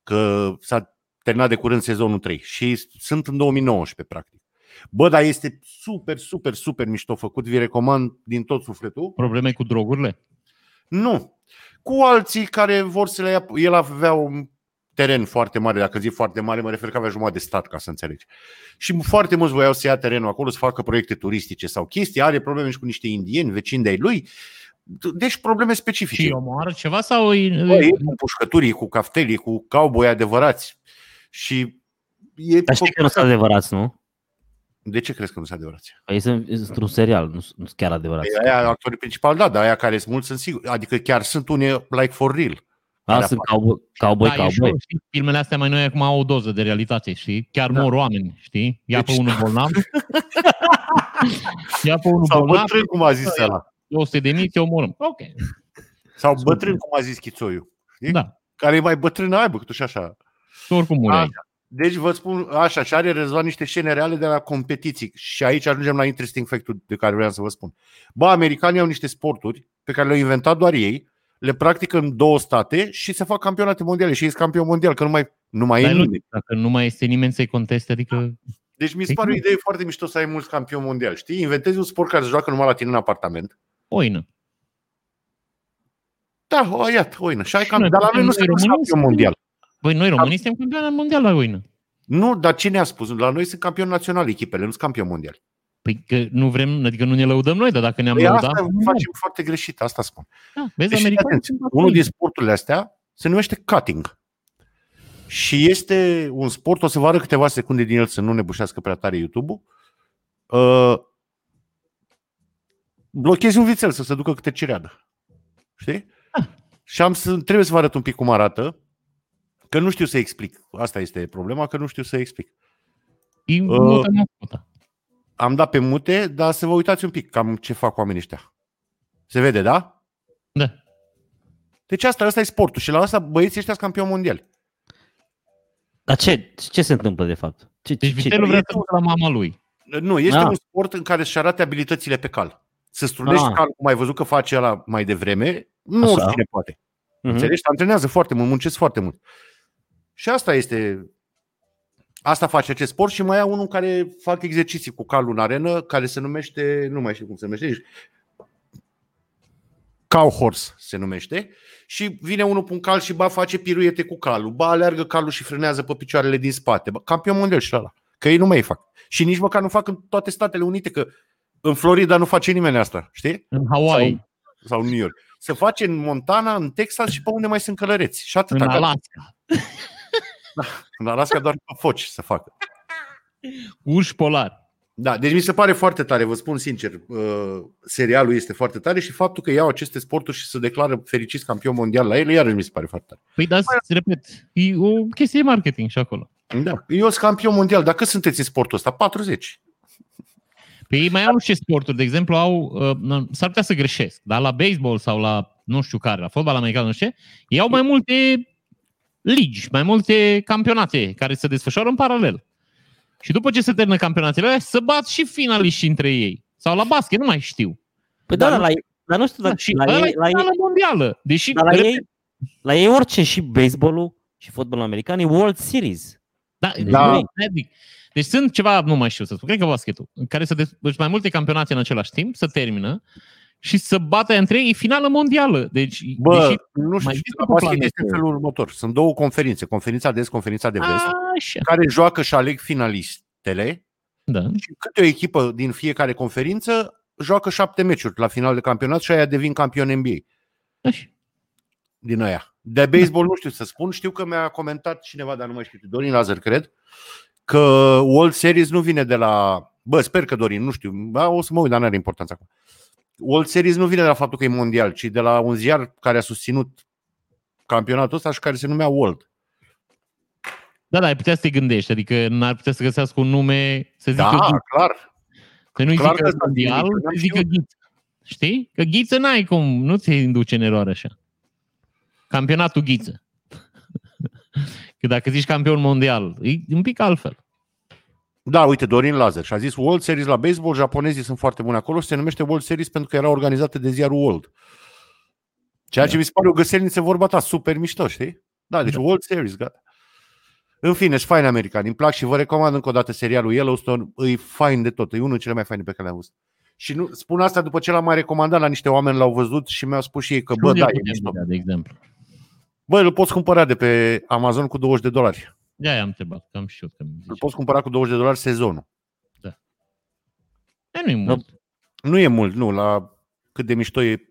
S1: Că s-a terminat de curând sezonul 3 și sunt în 2019, practic. Bă, dar este super, super, super mișto făcut. Vi recomand din tot sufletul.
S3: Probleme cu drogurile?
S1: Nu. Cu alții care vor să le ia... El avea un teren foarte mare, dacă zic foarte mare, mă refer că avea jumătate de stat, ca să înțelegi. Și foarte mulți voiau să ia terenul acolo, să facă proiecte turistice sau chestii, are probleme și cu niște indieni, vecini de-ai lui, deci probleme specifice.
S3: Și omoară ceva sau...
S1: Bă, e cu pușcăturii, cu caftelii, cu cowboy adevărați. Și e
S2: Dar știi că nu sunt adevărați, nu?
S1: De ce crezi că nu sunt adevărați?
S2: Ei sunt sunt într-un serial, nu sunt nu sunt chiar adevărați.
S1: Păi Aia, actorii principali, da, dar aia care sunt mulți sunt siguri. Adică chiar sunt unii like for real.
S2: Da,
S1: care
S2: sunt
S1: apar.
S2: cowboy, cowboy,
S3: da, e
S2: cowboy.
S3: show, știi? Filmele astea mai noi acum au o doză de realitate, știi? Chiar
S1: Da.
S3: mor oameni, știi? Ia
S1: Deci-
S3: pe unul bolnav. Ia pe unul
S1: Sau
S3: bolnav,
S1: bătrân, cum a zis ăla.
S3: 200 de mii, te omorâm. Ok.
S1: Sau bătrân, cum a zis Chițoiu. știi?
S3: Da.
S1: Care e mai bătrân, ai bă, că tu și așa.
S3: Tu oricum mureai.
S1: Așa. Deci vă spun așa, și are rezolvat niște scene reale de la competiții. Și aici ajungem la interesting fact de care vreau să vă spun. Ba, americanii au niște sporturi pe care le-au inventat doar ei, le practică în două state și se fac campionate mondiale și ei sunt campion mondial, că nu mai, păi nu mai
S3: Dar
S1: e
S3: e
S1: nimeni.
S3: logic, dacă nu mai este nimeni să-i conteste, adică...
S1: Deci mi se pare o idee foarte mișto să ai mulți campioni mondiali. Știi, inventezi un sport care se joacă numai la tine în apartament.
S3: Oină.
S1: Da, o, iată, oină. Și ai campion,
S3: Noi
S1: dar la noi nu se
S3: suntem
S1: numește
S3: români,
S1: campion
S3: suntem-
S1: mondial.
S3: Băi, noi românii suntem campioni mondial la oină.
S1: Nu, dar cine a spus? La noi sunt campioni naționali echipele, nu sunt campioni mondiali.
S3: Păi că nu vrem, adică nu ne lăudăm noi, dar dacă ne-am
S1: Păi
S3: lăudat...
S1: asta
S3: nu
S1: facem foarte greșit, asta spun.
S3: Da,
S1: Deci,
S3: vezi,
S1: fii
S3: americanii
S1: atent,
S3: sunt
S1: unul
S3: bătrâni.
S1: din sporturile astea se numește cutting. Și este un sport, o să vă arăt câteva secunde din el să nu ne bușească prea tare YouTube-ul. Uh, blochezi un vițel să se ducă câte cereadă. Știi?
S3: Ah.
S1: Și am să, trebuie să vă arăt un pic cum arată, că nu știu să explic. Asta este problema, că nu știu să explic.
S3: Ei
S1: Uh,
S3: mută mascota.
S1: Am dat pe mute, dar să vă uitați un pic cam ce fac oamenii ăștia. Se vede, da?
S3: Da.
S1: Deci asta, asta e sportul și la asta băieții ăștia sunt campioni mondiali.
S2: Dar ce, ce se întâmplă de fapt? Ce,
S3: Deci
S2: ce, ce?
S3: vitelul vrea
S1: e
S3: să ducă la mama lui.
S1: Nu, este
S2: Da.
S1: un sport în care își arate abilitățile pe cal. Să strunești
S2: Ah.
S1: cal, cum ai văzut că face ăla mai devreme, nu
S2: Așa.
S1: Așa. oricine poate. Mm-hmm.
S2: Mhm.
S1: Înțelegi? Antrenează foarte mult, muncesc foarte mult. Și asta este... Asta face acest sport și mai au unul care fac exerciții cu calul în arenă, care se numește, nu mai știu cum se numește nici, cow horse se numește și vine unul cu un cal și ba face piruete cu calul, ba alergă calul și frânează pe picioarele din spate. Ba, campion mondial și ăla. Că ei nu mai fac. Și nici măcar nu fac în toate Statele Unite, că în Florida nu face nimeni asta, știi?
S3: În Hawaii,
S1: Sau, sau în New York. Se face în Montana, în Texas și pe unde mai sunt călăreți. Și atât.
S3: în Alaska.
S1: în Alaska doar pe foci să facă.
S3: Urși polar.
S1: Da, deci mi se pare foarte tare, vă spun sincer, uh, serialul este foarte tare și faptul că iau aceste sporturi și se declară fericiți campion mondial la ele, iarăși mi se pare foarte tare.
S3: Păi da, îți repet, e o chestie de marketing și acolo.
S1: Da. Eu sunt campion mondial. Dacă sunteți în sportul ăsta? 40.
S3: Păi ei mai au și sporturi, de exemplu, au, uh, na- s-ar putea să greșesc, dar la baseball sau la nu știu care, la fotbal american, nu știu ce, ei au mai multe ligi, mai multe campionate care se desfășoară în paralel. Și după ce se termină campionatele alea, să bat și finaliști între ei. Sau la basket, nu mai știu.
S2: Păi da,
S3: Dar
S2: dar
S3: nu-
S2: la, ei- dar nu știu
S3: Da,
S2: dacă
S3: și
S2: la,
S3: ăla
S2: ei,
S3: e
S2: la, ei,
S3: finală mondială. Deși,
S2: dar la,
S3: repet,
S2: ei, la ei orice și baseballul și fotbalul american e World Series.
S3: Da,
S1: Da.
S3: da. Adic. Deci sunt ceva, nu mai știu să spun, cred că basketul, în care să des- deci mai multe campionate în același timp, să termină și să bată între ei e finală mondială. Deci,
S1: Bă,
S3: deși,
S1: nu știu.
S3: mai
S1: ce-
S3: există
S1: La
S3: pe
S1: basket
S3: planetă.
S1: este în felul următor. Sunt două conferințe, conferința de est, conferința de vest,
S3: așa,
S1: care joacă și aleg finalistele
S3: da.
S1: și câte o echipă din fiecare conferință joacă șapte meciuri la final de campionat și aia devin campion NBA
S3: Așa.
S1: din aia. De baseball nu știu să spun, știu că mi-a comentat cineva, dar nu mai știu, Dorin Lazar, cred, că World Series nu vine de la... Bă, sper că Dorin, nu știu, ba, o să mă uit, dar nu are importanță acum. World Series nu vine de la faptul că e mondial, ci de la un ziar care a susținut campionatul ăsta și care se numea World.
S3: Da, da, ai putea să te gândești, adică n-ar putea să găsească un nume, să zică,
S1: Da,
S3: da,
S1: clar.
S3: să nu-i
S1: clar
S3: zică
S1: că s-a
S3: mondial,
S1: gândit, n-am
S3: să zică ghiță. Știi? Că ghiță n-ai cum, nu ți induce în eroare așa. Campionatul ghiță. Că dacă zici campion mondial, e un pic altfel.
S1: Da, uite, Dorin Lazar și a zis World Series la baseball, japonezii sunt foarte buni acolo și se numește World Series pentru că era organizată de ziarul World. Ceea ce mi se pare o găselniță vorba ta, super mișto, știi? Da, deci
S3: Da.
S1: World Series, gata. În fine, și fain american. Îmi plac și vă recomand încă o dată serialul Yellowstone. E fain de tot. E unul dintre cele mai faine pe care le-am văzut. Și nu, spun asta după ce l-am mai recomandat la niște oameni, l-au văzut și mi-au spus și ei că, bă,
S3: Unde
S1: da,
S3: îl
S1: e
S3: putem
S1: mișto.
S3: vedea, de exemplu.
S1: Bă, îl poți cumpăra de pe Amazon cu 20 de dolari.
S3: De aia am întrebat, că am și eu. Că mi
S1: Îl poți cumpăra cu 20 de dolari sezonul.
S3: nu e
S2: Da.
S3: mult.
S1: Nu e mult, nu, la cât de mișto e,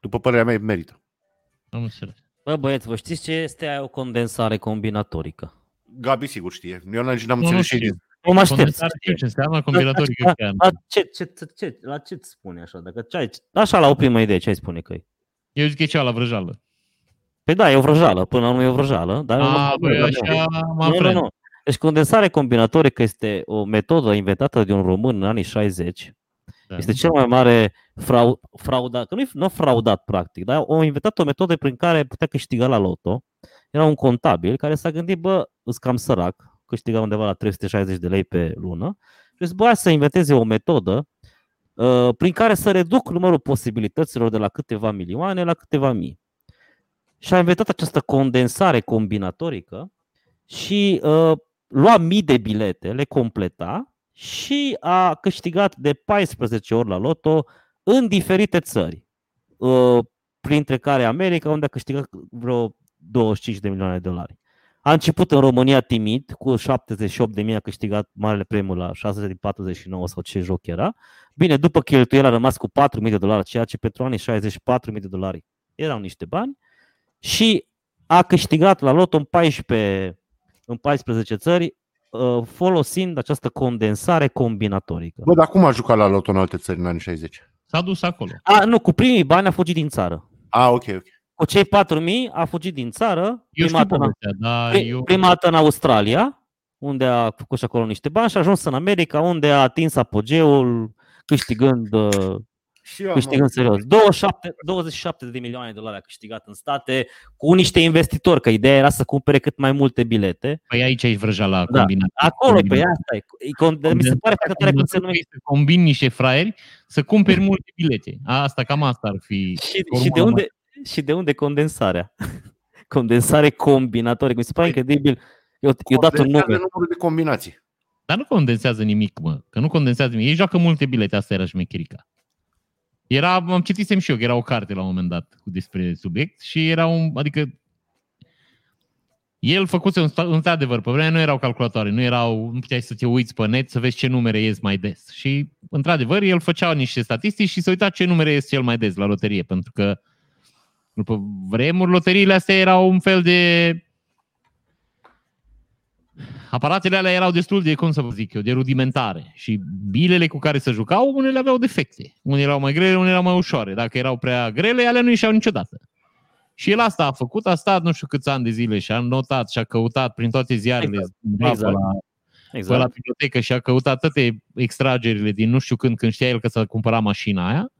S1: după părerea mea, merită.
S3: Am înțeles.
S2: Bă, băieți, vă știți ce este aia o condensare combinatorică?
S1: Gabi sigur știe. Eu n-am, nici n-am
S3: Nu, nu
S1: înțeles
S3: știu.
S1: și
S2: O mă șterg.
S3: Condensare, știu ce înseamnă combinatoric.
S2: Da,
S3: chiar.
S2: La ce, ce, ce, ce, la ce îți spune așa? Dacă ce ai, așa la o primă idee, ce ai spune că e?
S3: Eu zic că e ceva la vrăjală.
S2: Păi da, e o vrăjală, până la urmă e o vrăjală. Dar
S3: A,
S2: nu,
S3: Ah, băi, așa mă
S2: nu, nu,
S3: aprend.
S2: nu. Deci condensare combinatorică este o metodă inventată de un român în anii 60.
S3: Da.
S2: Este cel mai mare frau, frauda, că nu e nu a fraudat practic, dar au inventat o metodă prin care putea câștiga la loto. Era un contabil care s-a gândit, bă, îs cam sărac, câștiga undeva la 360 de lei pe lună și zis, bă, hai să inventeze o metodă uh, prin care să reduc numărul posibilităților de la câteva milioane la câteva mii. Și a inventat această condensare combinatorică și uh, lua mii de bilete, le completa și a câștigat de 14 ori la loto în diferite țări, uh, printre care America, unde a câștigat vreo 25 de milioane de dolari. A început în România timid, cu 78 de mii a câștigat marele premiu la 6 din 49 sau ce joc era. Bine, după cheltuieli a rămas cu 4.000 de dolari, ceea ce pentru anii 64.000 de dolari erau niște bani. Și a câștigat la loto în 14, în 14 țări, uh, folosind această condensare combinatorică.
S1: Bă, dar cum a jucat la loto în alte țări în anii 60?
S3: S-a dus acolo.
S2: A, nu, cu primii bani a fugit din țară.
S1: A, ok, ok.
S2: Cu cei 4.000 a fugit din țară,
S3: Eu
S2: prima da.
S3: știu
S2: dată, în,
S3: povestea, dar
S2: pri-
S3: eu...
S2: prima dată în Australia, unde a făcut și acolo niște bani și a ajuns în America, unde a atins apogeul, câștigând, uh,
S1: Și eu
S2: câștigând serios. 27, 27 de milioane de dolari a câștigat în state cu niște investitori, că ideea era să cumpere cât mai multe bilete.
S3: Păi aici e vrăjala
S2: Da.
S3: combinată.
S2: Acolo, pe
S3: Combinată.
S2: asta e, e con- mi se pare foarte tare cum se numește.
S3: Să combini niște fraieri, să cumperi multe bilete. Asta, cam asta ar fi.
S2: Și,
S3: Formula
S2: și, de unde, și de unde condensarea? Condensare combinatorică. Mi se
S3: Păi-
S2: pare incredibil. Eu, eu dat un nume.
S1: numărul de combinații.
S3: Dar nu condensează nimic, mă. Că nu condensează nimic. Ei joacă multe bilete, asta era șmecherica. Era, am citisem și eu că era o carte la un moment dat cu- despre subiect și era un, adică el făcuse, un sta- într-adevăr, pe vremea nu erau calculatoare, nu erau, nu puteai să te uiți pe net să vezi ce numere ies mai des. Și, într-adevăr, el făcea niște statistici și se uita ce numere ies cel mai des la loterie, pentru că după vremuri, loteriile astea erau un fel de aparatele alea erau destul de, cum să vă zic eu, de rudimentare și bilele cu care se jucau, unele aveau defecte. Unele erau mai grele, unele erau mai ușoare. Dacă erau prea grele, alea nu ieșeau niciodată. Și el asta a făcut, a stat nu știu câți ani de zile și a notat și a căutat prin toate ziarele
S2: Exact,
S3: exact,
S2: exact,
S3: exact, la, exact. la bibliotecă și a căutat toate extragerile din nu știu când, când știa el că s-a cumpărat mașina aia.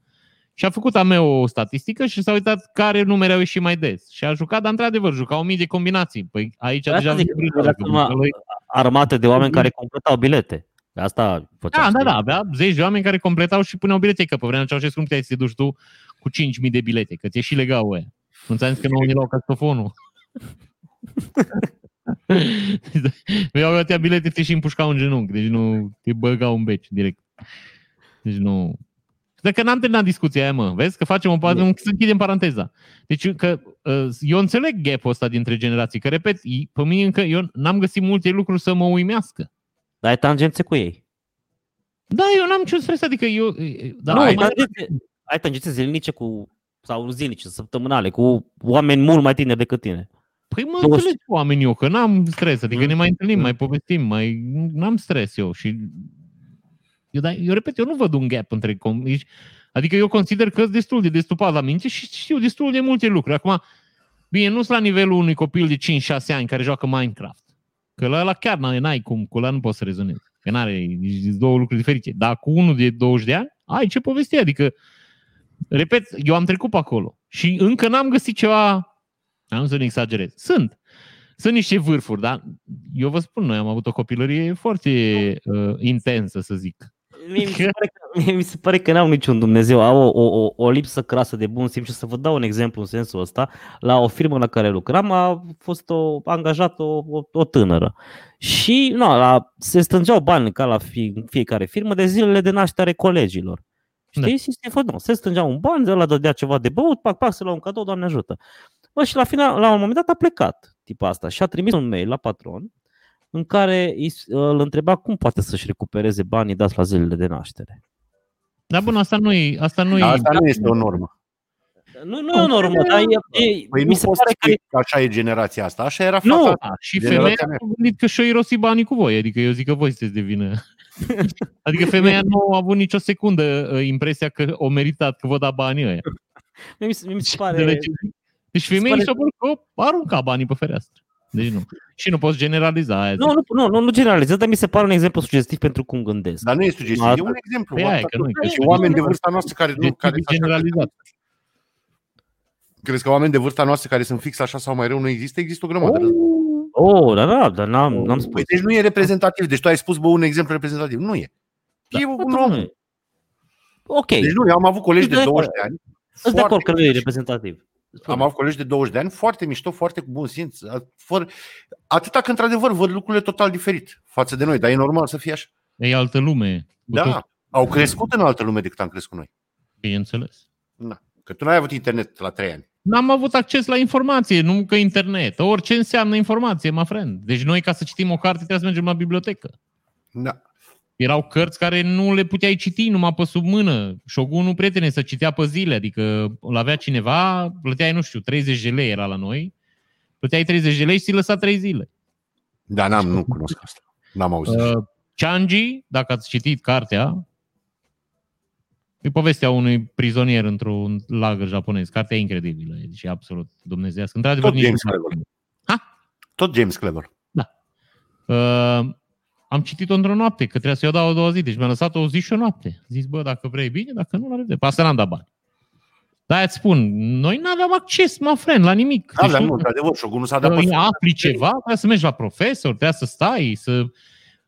S3: Și a făcut a mea o statistică și s-a uitat care numere au ieșit mai des. Și a jucat, dar într-adevăr, jucau mii de combinații. Păi aici
S2: Asta
S3: deja...
S2: zic,
S3: vrem
S2: dacă
S3: vrem,
S2: acum-
S3: că lui-
S2: Armate de oameni care completau bilete. Asta făceam.
S3: Mhm. Da, da,
S2: știi?
S3: da, avea zeci de oameni care completau și puneau bilete, că pe vremea Ceaușescu nu puteai să te duci tu cu 5.000 de bilete, că ți-e și legal oia. Nu ți-am zis că nu unii luau castofonul. Mi-au luat ea bilete, te și împușcau în genunchi, deci nu te băgau în beci direct. Deci nu... Dacă n-am terminat discuția aia, mă, vezi că facem o
S2: Bine.
S3: pauză, să închidem paranteza. Deci că, uh, eu înțeleg gap-ul ăsta dintre generații, că repet, i- pe mine încă eu n-am găsit multe lucruri să mă uimească.
S2: Dar ai tangențe cu ei.
S3: Da, eu n-am niciun stres, adică eu... Dar
S2: nu,
S3: nu,
S2: ai,
S3: mai,
S2: tangențe, ai tangențe zilnice cu sau zilnice, săptămânale, cu oameni mult mai tineri decât tine.
S3: păi mă
S2: 200.
S3: înțeleg cu oamenii eu, că n-am stres, adică
S2: Mm.
S3: ne mai întâlnim,
S2: Mm.
S3: mai povestim, mai... N-am stres eu și... Eu, dar, eu repet, eu nu văd un gap între... Com... ești- Adică eu consider că sunt destul de destupat la minte și știu destul de multe lucruri. Acum, bine, nu sunt la nivelul unui copil de 5-6 ani care joacă Minecraft. Că la ăla chiar n-ai, n-ai cum, cu ăla nu poți să rezonezi. Că n-are nici sunt două lucruri diferite. Dar cu unul de 20 de ani, ai ce povesti. Adică, repet, eu am trecut pe acolo și încă n-am găsit ceva, am să nu exagerez. Sunt. Sunt niște da? vârfuri, dar eu vă spun, noi am avut o copilărie foarte uh, intensă, să zic.
S2: Mie mi se pare că, mie mi se pare că n-au niciun Dumnezeu, au o, o, o, o lipsă crasă de bun simț și să vă dau un exemplu în sensul ăsta. La o firmă la care lucram a fost o angajată o, o, o tânără și na, la, se strângeau bani ca la fi, în fiecare firmă de zilele de naștere colegilor. Știi?
S3: Da.
S2: Da. Și se, fă, nu, se strângea un ban, ăla dădea ceva de băut, pac, pac, să lua un cadou, Doamne ajută. Bă, și la final, la un moment dat a plecat tipul asta și a trimis un mail la patron în care îi s- îl întreba cum poate să-și recupereze banii dați la zilele de naștere.
S3: Dar bun, asta nu e... Asta nu e...
S1: Da, Asta nu este o normă.
S2: Nu, nu e o normă, dar e, e,
S1: Păi
S2: mi
S1: nu
S2: se
S1: poți
S2: pare că
S1: spui că așa e generația asta. Așa era
S2: Nu!
S1: fața
S3: Da, și
S1: Generația
S3: femeia
S1: mea.
S3: a gândit că și-o irosi banii cu voi, adică eu zic că voi sunteți de vină. Adică femeia nu a avut nicio secundă uh, impresia că o meritat, că vă da banii ăia.
S2: mie mi se, mie mi se
S3: Înțelegi
S2: pare...
S3: ce zic? Deci femeia
S2: pare-
S3: se pare... că arunca banii pe fereastră. Deci nu. Și nu poți generaliza aia.
S2: Nu, nu, nu, nu, nu generalizez, dar mi se pare un exemplu sugestiv pentru cum gândesc. Da.
S1: Dar nu e sugestiv,
S2: Asta-
S1: e un exemplu.
S3: Păi aia
S1: Asta
S3: e, că nu e.
S1: că și oameni de vârsta noastră care nu...
S3: Deci
S1: Care
S3: e generalizat.
S1: Crezi că oameni de vârsta noastră care sunt fix așa sau mai rău nu există? Există o grămadă.
S2: Oh, da, da, dar n-am, n-am spus.
S1: Păi deci nu e reprezentativ. Deci tu ai spus, bă, un exemplu reprezentativ. Nu e.
S2: Da.
S1: E un om.
S2: Ok,
S1: Deci
S2: sunt
S1: nu, eu am avut colegi
S2: Sunt
S1: de
S2: de
S1: 20 de ani.
S2: de
S1: foarte
S2: acord că nu e
S1: mișto.
S2: reprezentativ.
S1: Am avut colegi de 20 de ani foarte mișto, foarte cu bun simț. a- Fără... Atâta că, într-adevăr, văd lucrurile total diferit față de noi, dar e normal să fie așa.
S3: E altă lume. Cu
S1: Da,
S3: tot,
S1: au crescut în altă lume decât am crescut noi.
S3: bineînțeles.
S1: Că tu n-ai avut internet la 3 ani.
S3: N-am avut acces la informație, nu că internet. Orice înseamnă informație, mă friend. Deci noi, ca să citim o carte, trebuie să mergem la bibliotecă.
S1: Da.
S3: Erau cărți care nu le puteai citi numai pe sub mână. Șogunul prietene să citea pe zile, adică îl avea cineva, plăteai, nu știu, 30 de lei era la noi, plăteai 30 de lei și ți lăsa 3 zile.
S1: Da, n-am, nu cunosc asta. N-am auzit. Uh,
S3: Uh, Changi, dacă ați citit cartea, e povestea unui prizonier într-un lagăr japonez. Cartea e incredibilă, e și absolut dumnezească. Într-adevăr,
S1: Tot
S3: nici nu
S1: James Clever.
S3: Ha?
S1: Tot James Clever.
S3: Uh, am citit-o într-o noapte, că trebuia să-i o dau o doua zi, deci mi-a lăsat o zi și o noapte. Zis, bă, dacă vrei bine, dacă nu, la revedere. Pe asta n-am dat bani. Dar îți spun, noi nu aveam acces, mă, friend, la nimic.
S1: Da, dar
S3: tu-
S1: nu, într-adevăr, șogunul s-a dat
S3: Dar
S1: pe
S3: păi, afli ceva, trebuie să mergi la profesor, trebuie să stai, să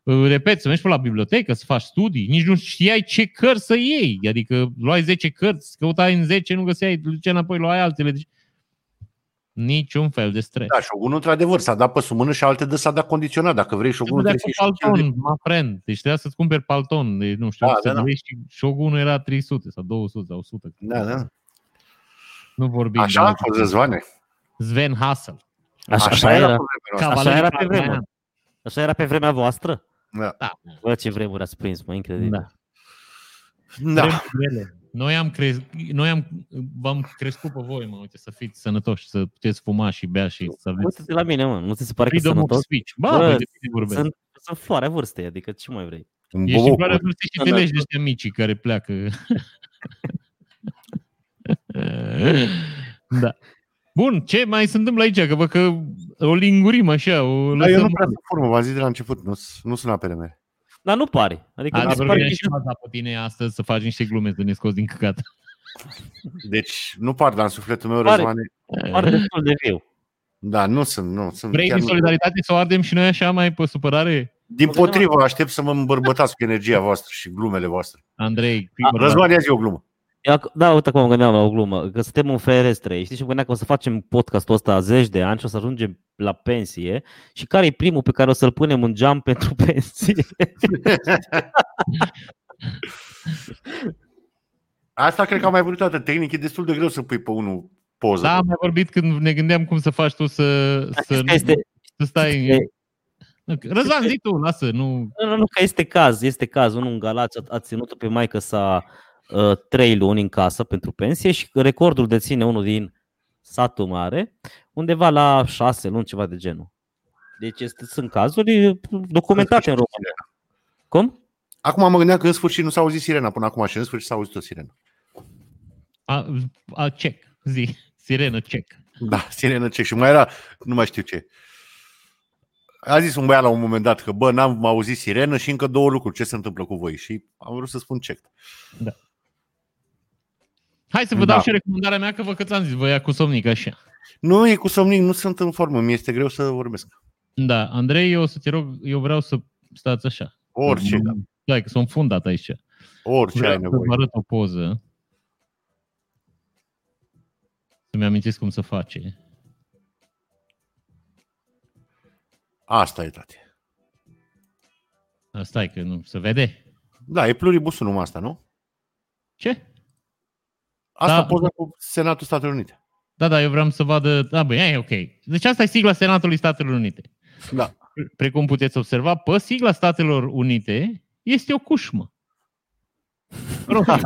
S3: uh, repet, să mergi pe la bibliotecă, să faci studii, nici nu știai ce cărți să iei. Adică luai 10 cărți, căutai în 10, nu găseai, duceai înapoi, luai altele. Deci, niciun fel de stres.
S1: Da, șogunul într-adevăr s-a dat pe sub mână și alte dă s-a dat condiționat. Dacă vrei șogunul
S3: Trebuie
S1: trebuie
S3: cu
S1: să ieși și cel de...
S3: palton, mă friend. Deci trebuia să-ți cumperi palton. De, nu știu,
S1: Da,
S3: da, să
S1: da, da.
S3: da, da. și șogunul era 300 sau 200 sau 100.
S1: Da, da.
S3: Nu vorbim.
S1: Așa
S3: de
S1: a fost Răzvane.
S3: Sven Hassel.
S2: Așa, așa, era,
S1: pe vremea noastră.
S2: așa
S3: Cavalerii
S2: era pe
S3: Carmaian.
S2: vremea. așa era pe vremea voastră?
S1: Da.
S3: Da.
S2: Bă, ce vremuri ați prins, mă, incredibil.
S3: da.
S1: Da.
S3: Vremurile. Noi am, crez... Noi am v-am crescut pe voi, mă, uite, să fiți sănătoși, să puteți fuma și bea și să aveți
S2: Uite-te la mine, mă, nu ți se pare că
S1: Păi
S3: freedom of
S2: Păi, sănătos?
S3: speech. Ba,
S2: Bă,
S3: Bă, de tine vorbesc.
S2: Sunt, sunt floarea vârstei, adică ce mai vrei?
S1: Un
S3: Ești în
S1: boboc.
S3: floarea vârstei și te
S1: Da,
S3: legi de ăștia micii care pleacă. da. Bun, ce mai se întâmplă aici? Că văd că o lingurim așa, o
S1: Da, eu nu
S3: lăsăm.
S1: prea sunt formă, v-am zis de la început, nu, nu sunt apele mele.
S2: Dar nu pare. Adică
S3: A,
S2: mi se
S3: Da, dar
S2: pare
S3: vine
S2: că
S3: și baza pe tine astăzi să faci niște glume să ne scoți din căcat.
S1: Deci nu par, dar în sufletul meu,
S2: Pare.
S1: Răzvane,
S2: pare destul de viu.
S1: da, nu sunt, nu sunt.
S3: Vrei
S1: chiar
S3: din
S1: nu.
S3: solidaritate să o ardem și noi așa mai pe supărare?
S1: Din potrivă, aștept să mă îmbărbătați cu energia voastră și glumele voastre. Da,
S3: Andrei, fii bărbat.
S1: Răzvan, ia zi o glumă.
S2: Eu ac- Da, uite acum mă gândeam la o glumă, că suntem în ferestre, știi, și mă gândeam că o să facem podcastul ăsta zeci de ani și o să ajungem la pensie și care e primul pe care o să-l punem în geam pentru pensie?
S1: Asta cred că am mai vorbit toată. Tehnic e destul de greu să pui pe unul poză.
S3: Da, am mai vorbit când ne gândeam cum să faci tu să, să,
S2: Asta Da, este,
S3: să stai...
S2: este-
S3: Răzvan, zi tu, lasă, nu...
S2: nu, nu, nu, că este caz, este caz. Unul în Galați a, a ținut-o pe maică sa uh, trei luni în casă pentru pensie și recordul deține unul din satul mare, undeva la șase luni, ceva de genul. Deci este, sunt cazuri documentate în România. Cum?
S1: Acum mă gândeam că în sfârșit nu s-a auzit sirena până acum și în sfârșit s-a auzit o sirenă.
S3: A, a, check, zi, sirenă, check.
S1: Da, sirenă ce și mai era, nu mai știu ce. A zis un băiat la un moment dat că bă, n-am auzit sirenă și încă două lucruri, ce se întâmplă cu voi și am vrut să spun ce.
S3: Hai să vă dau
S1: Da.
S3: și recomandarea mea, că vă cât am zis, vă ia cu somnic așa.
S1: Nu, e cu somnic, nu sunt în formă, mi este greu să vorbesc.
S3: Da, Andrei, eu o să te rog, eu vreau să stați așa.
S1: Orice, da.
S3: Da, că sunt fundat aici.
S1: Orice ai
S3: Vreau să vă
S1: nevoie.
S3: arăt o poză. Să-mi amintesc cum să face.
S1: Asta e, tate.
S3: Ah, Stai că nu se vede.
S1: Da, e pluribusul numai asta, nu?
S3: Ce?
S1: Asta
S3: Da.
S1: poza cu Senatul Statelor Unite.
S3: Da, da, eu vreau să vadă... Da, bă, e ok. Deci asta e sigla Senatului Statelor Unite.
S1: Da.
S3: Precum puteți observa, pe sigla Statelor Unite este o cușmă. Roșie,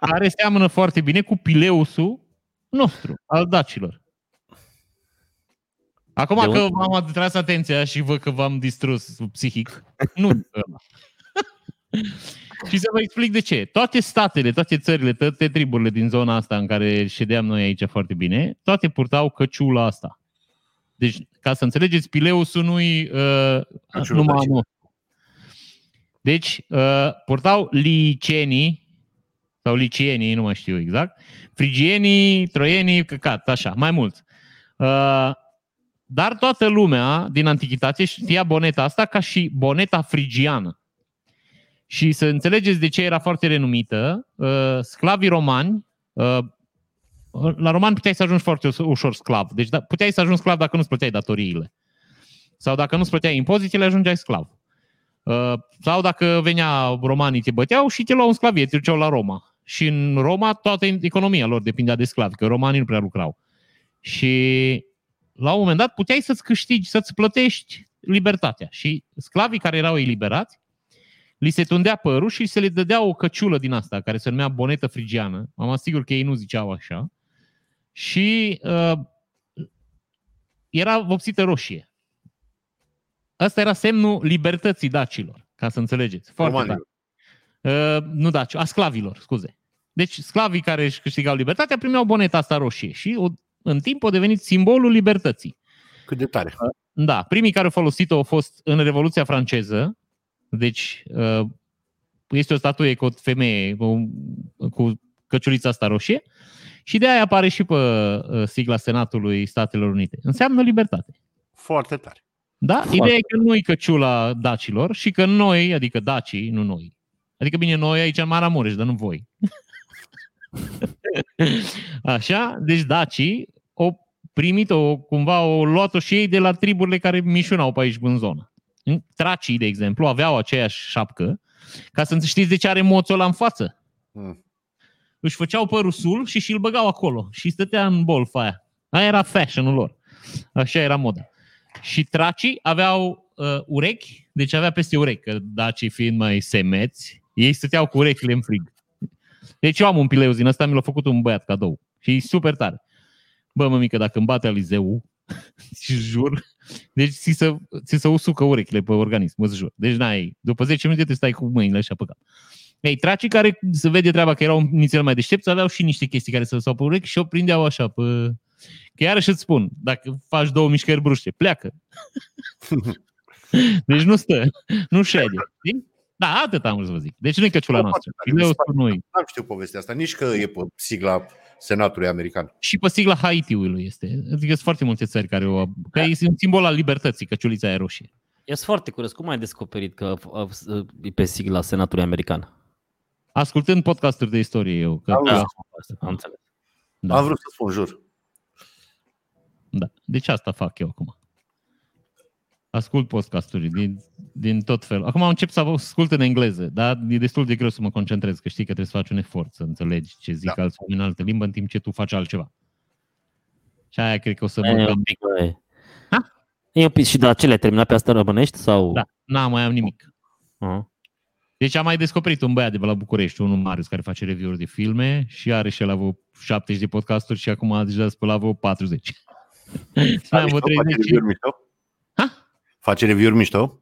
S3: care seamănă foarte bine cu pileusul nostru, al dacilor. Acum
S2: De
S3: că
S2: unde-
S3: v-am atras atenția și văd că v-am distrus psihic, nu. ăla. și să vă explic de ce. Toate statele, toate țările, toate triburile din zona asta în care ședeam noi aici foarte bine, toate purtau căciula asta. Deci, ca să înțelegeți, pileusul nu-i uh,
S1: Căciulă
S3: numai
S1: dacilă.
S3: anul. Deci, uh, purtau licenii, sau licienii, nu mai știu exact, frigienii, troienii, căcat, așa, mai mult. Uh, dar toată lumea din antichitate știa boneta asta ca și boneta frigiană. Și să înțelegeți de ce era foarte renumită, uh, sclavii romani, uh, la romani puteai să ajungi foarte us- ușor sclav. Deci da, puteai să ajungi sclav dacă nu-ți plăteai datoriile. Sau dacă nu-ți plăteai impozitele, ajungeai sclav. Uh, Sau dacă venea romanii, te băteau și te luau în sclavie, te duceau la Roma. Și în Roma toată economia lor depindea de sclavi, că romanii nu prea lucrau. Și la un moment dat puteai să-ți câștigi, să-ți plătești libertatea. Și sclavii care erau eliberați, li se tundea părul și se le dădea o căciulă din asta, care se numea bonetă frigiană. Am asigur că ei nu ziceau așa. Și uh, era vopsită roșie. Asta era semnul libertății dacilor, ca să înțelegeți. Foarte
S1: Romanilor.
S3: tare. Uh, nu daci, a sclavilor, scuze. Deci sclavii care își câștigau libertatea primeau boneta asta roșie și o, în timp a devenit simbolul libertății.
S1: Cât de tare.
S3: Da, primii care au folosit-o au fost în Revoluția franceză, deci uh, este o statuie cu o femeie cu, cu căciulița asta roșie și de aia apare și pe uh, sigla Senatului Statelor Unite. Înseamnă libertate.
S1: Foarte tare.
S3: Da?
S2: Foarte.
S3: Ideea e că nu e căciula dacilor și că noi, adică dacii, nu noi. Adică bine, noi aici în Maramureș, dar nu voi. Așa? Deci dacii o primit-o, cumva o luat-o și ei de la triburile care mișunau pe aici în zonă. Tracii, de exemplu, aveau aceeași șapcă, ca să știți de ce are moțul ăla în față.
S1: Mm.
S3: Își făceau părusul și și-l băgau acolo și stătea în bolfa aia. Aia era fashion-ul lor. Așa era moda. Și tracii aveau uh, urechi, deci avea peste urechi, că dacii fiind mai semeți, ei stăteau cu urechile în frig. Deci eu am un pileuz din ăsta, mi l-a făcut un băiat cadou. Și e super tare. Bă, mămică, dacă îmi bate alizeu, și jur, deci ți se, ți se usucă urechile pe organism, îți jur. Deci n-ai, după 10 minute te stai cu mâinile așa pe cap. Ei, tracii care se vede treaba că erau nițel mai deștepți, aveau și niște chestii care se lăsau pe urechi și o prindeau așa pe... Că iarăși îți spun, dacă faci două mișcări bruște, pleacă. Deci nu stă, nu șede. știi? Da, atât am vrut să vă zic. Deci nu e căciula noastră. Fileu noi.
S1: N-am știut povestea asta, nici că e pe sigla Senatului American.
S3: Și pe sigla Haitiului este. Adică sunt foarte multe țări care o... Că e un simbol al libertății, căciulița aia roșie.
S2: Eu sunt foarte curios. Cum ai descoperit că uh, uh, e pe sigla Senatului American?
S3: Ascultând podcasturi de istorie eu. Că,
S1: Auzi.
S3: da,
S2: Am înțeles.
S1: Da. Am
S3: da,
S1: vrut să spun, jur.
S3: da. Deci asta fac eu acum. Ascult podcasturi din, din tot felul. Acum încep să ascult în engleză, dar e destul de greu să mă concentrez, că știi că trebuie să faci un efort să înțelegi ce zic
S1: Da.
S3: da. alți oameni în altă limbă, în timp ce tu faci altceva. Și aia cred că o să mă
S2: E
S3: cam
S2: un pic, băi. Da.
S3: Ha?
S2: E un pic, și de acele ai terminat pe asta rămânești? Sau...
S3: Da, n-am mai am nimic.
S2: Uh-huh.
S3: Deci am mai descoperit un băiat de pe la București, unul Marius, care face review-uri de filme și are și el avut 70 de podcasturi și acum a deja spălat vreo 40. Mai am vreo
S1: Mișto? Adică Face
S3: 30.
S1: review-uri mișto?
S3: Ha?
S1: Face review-uri mișto?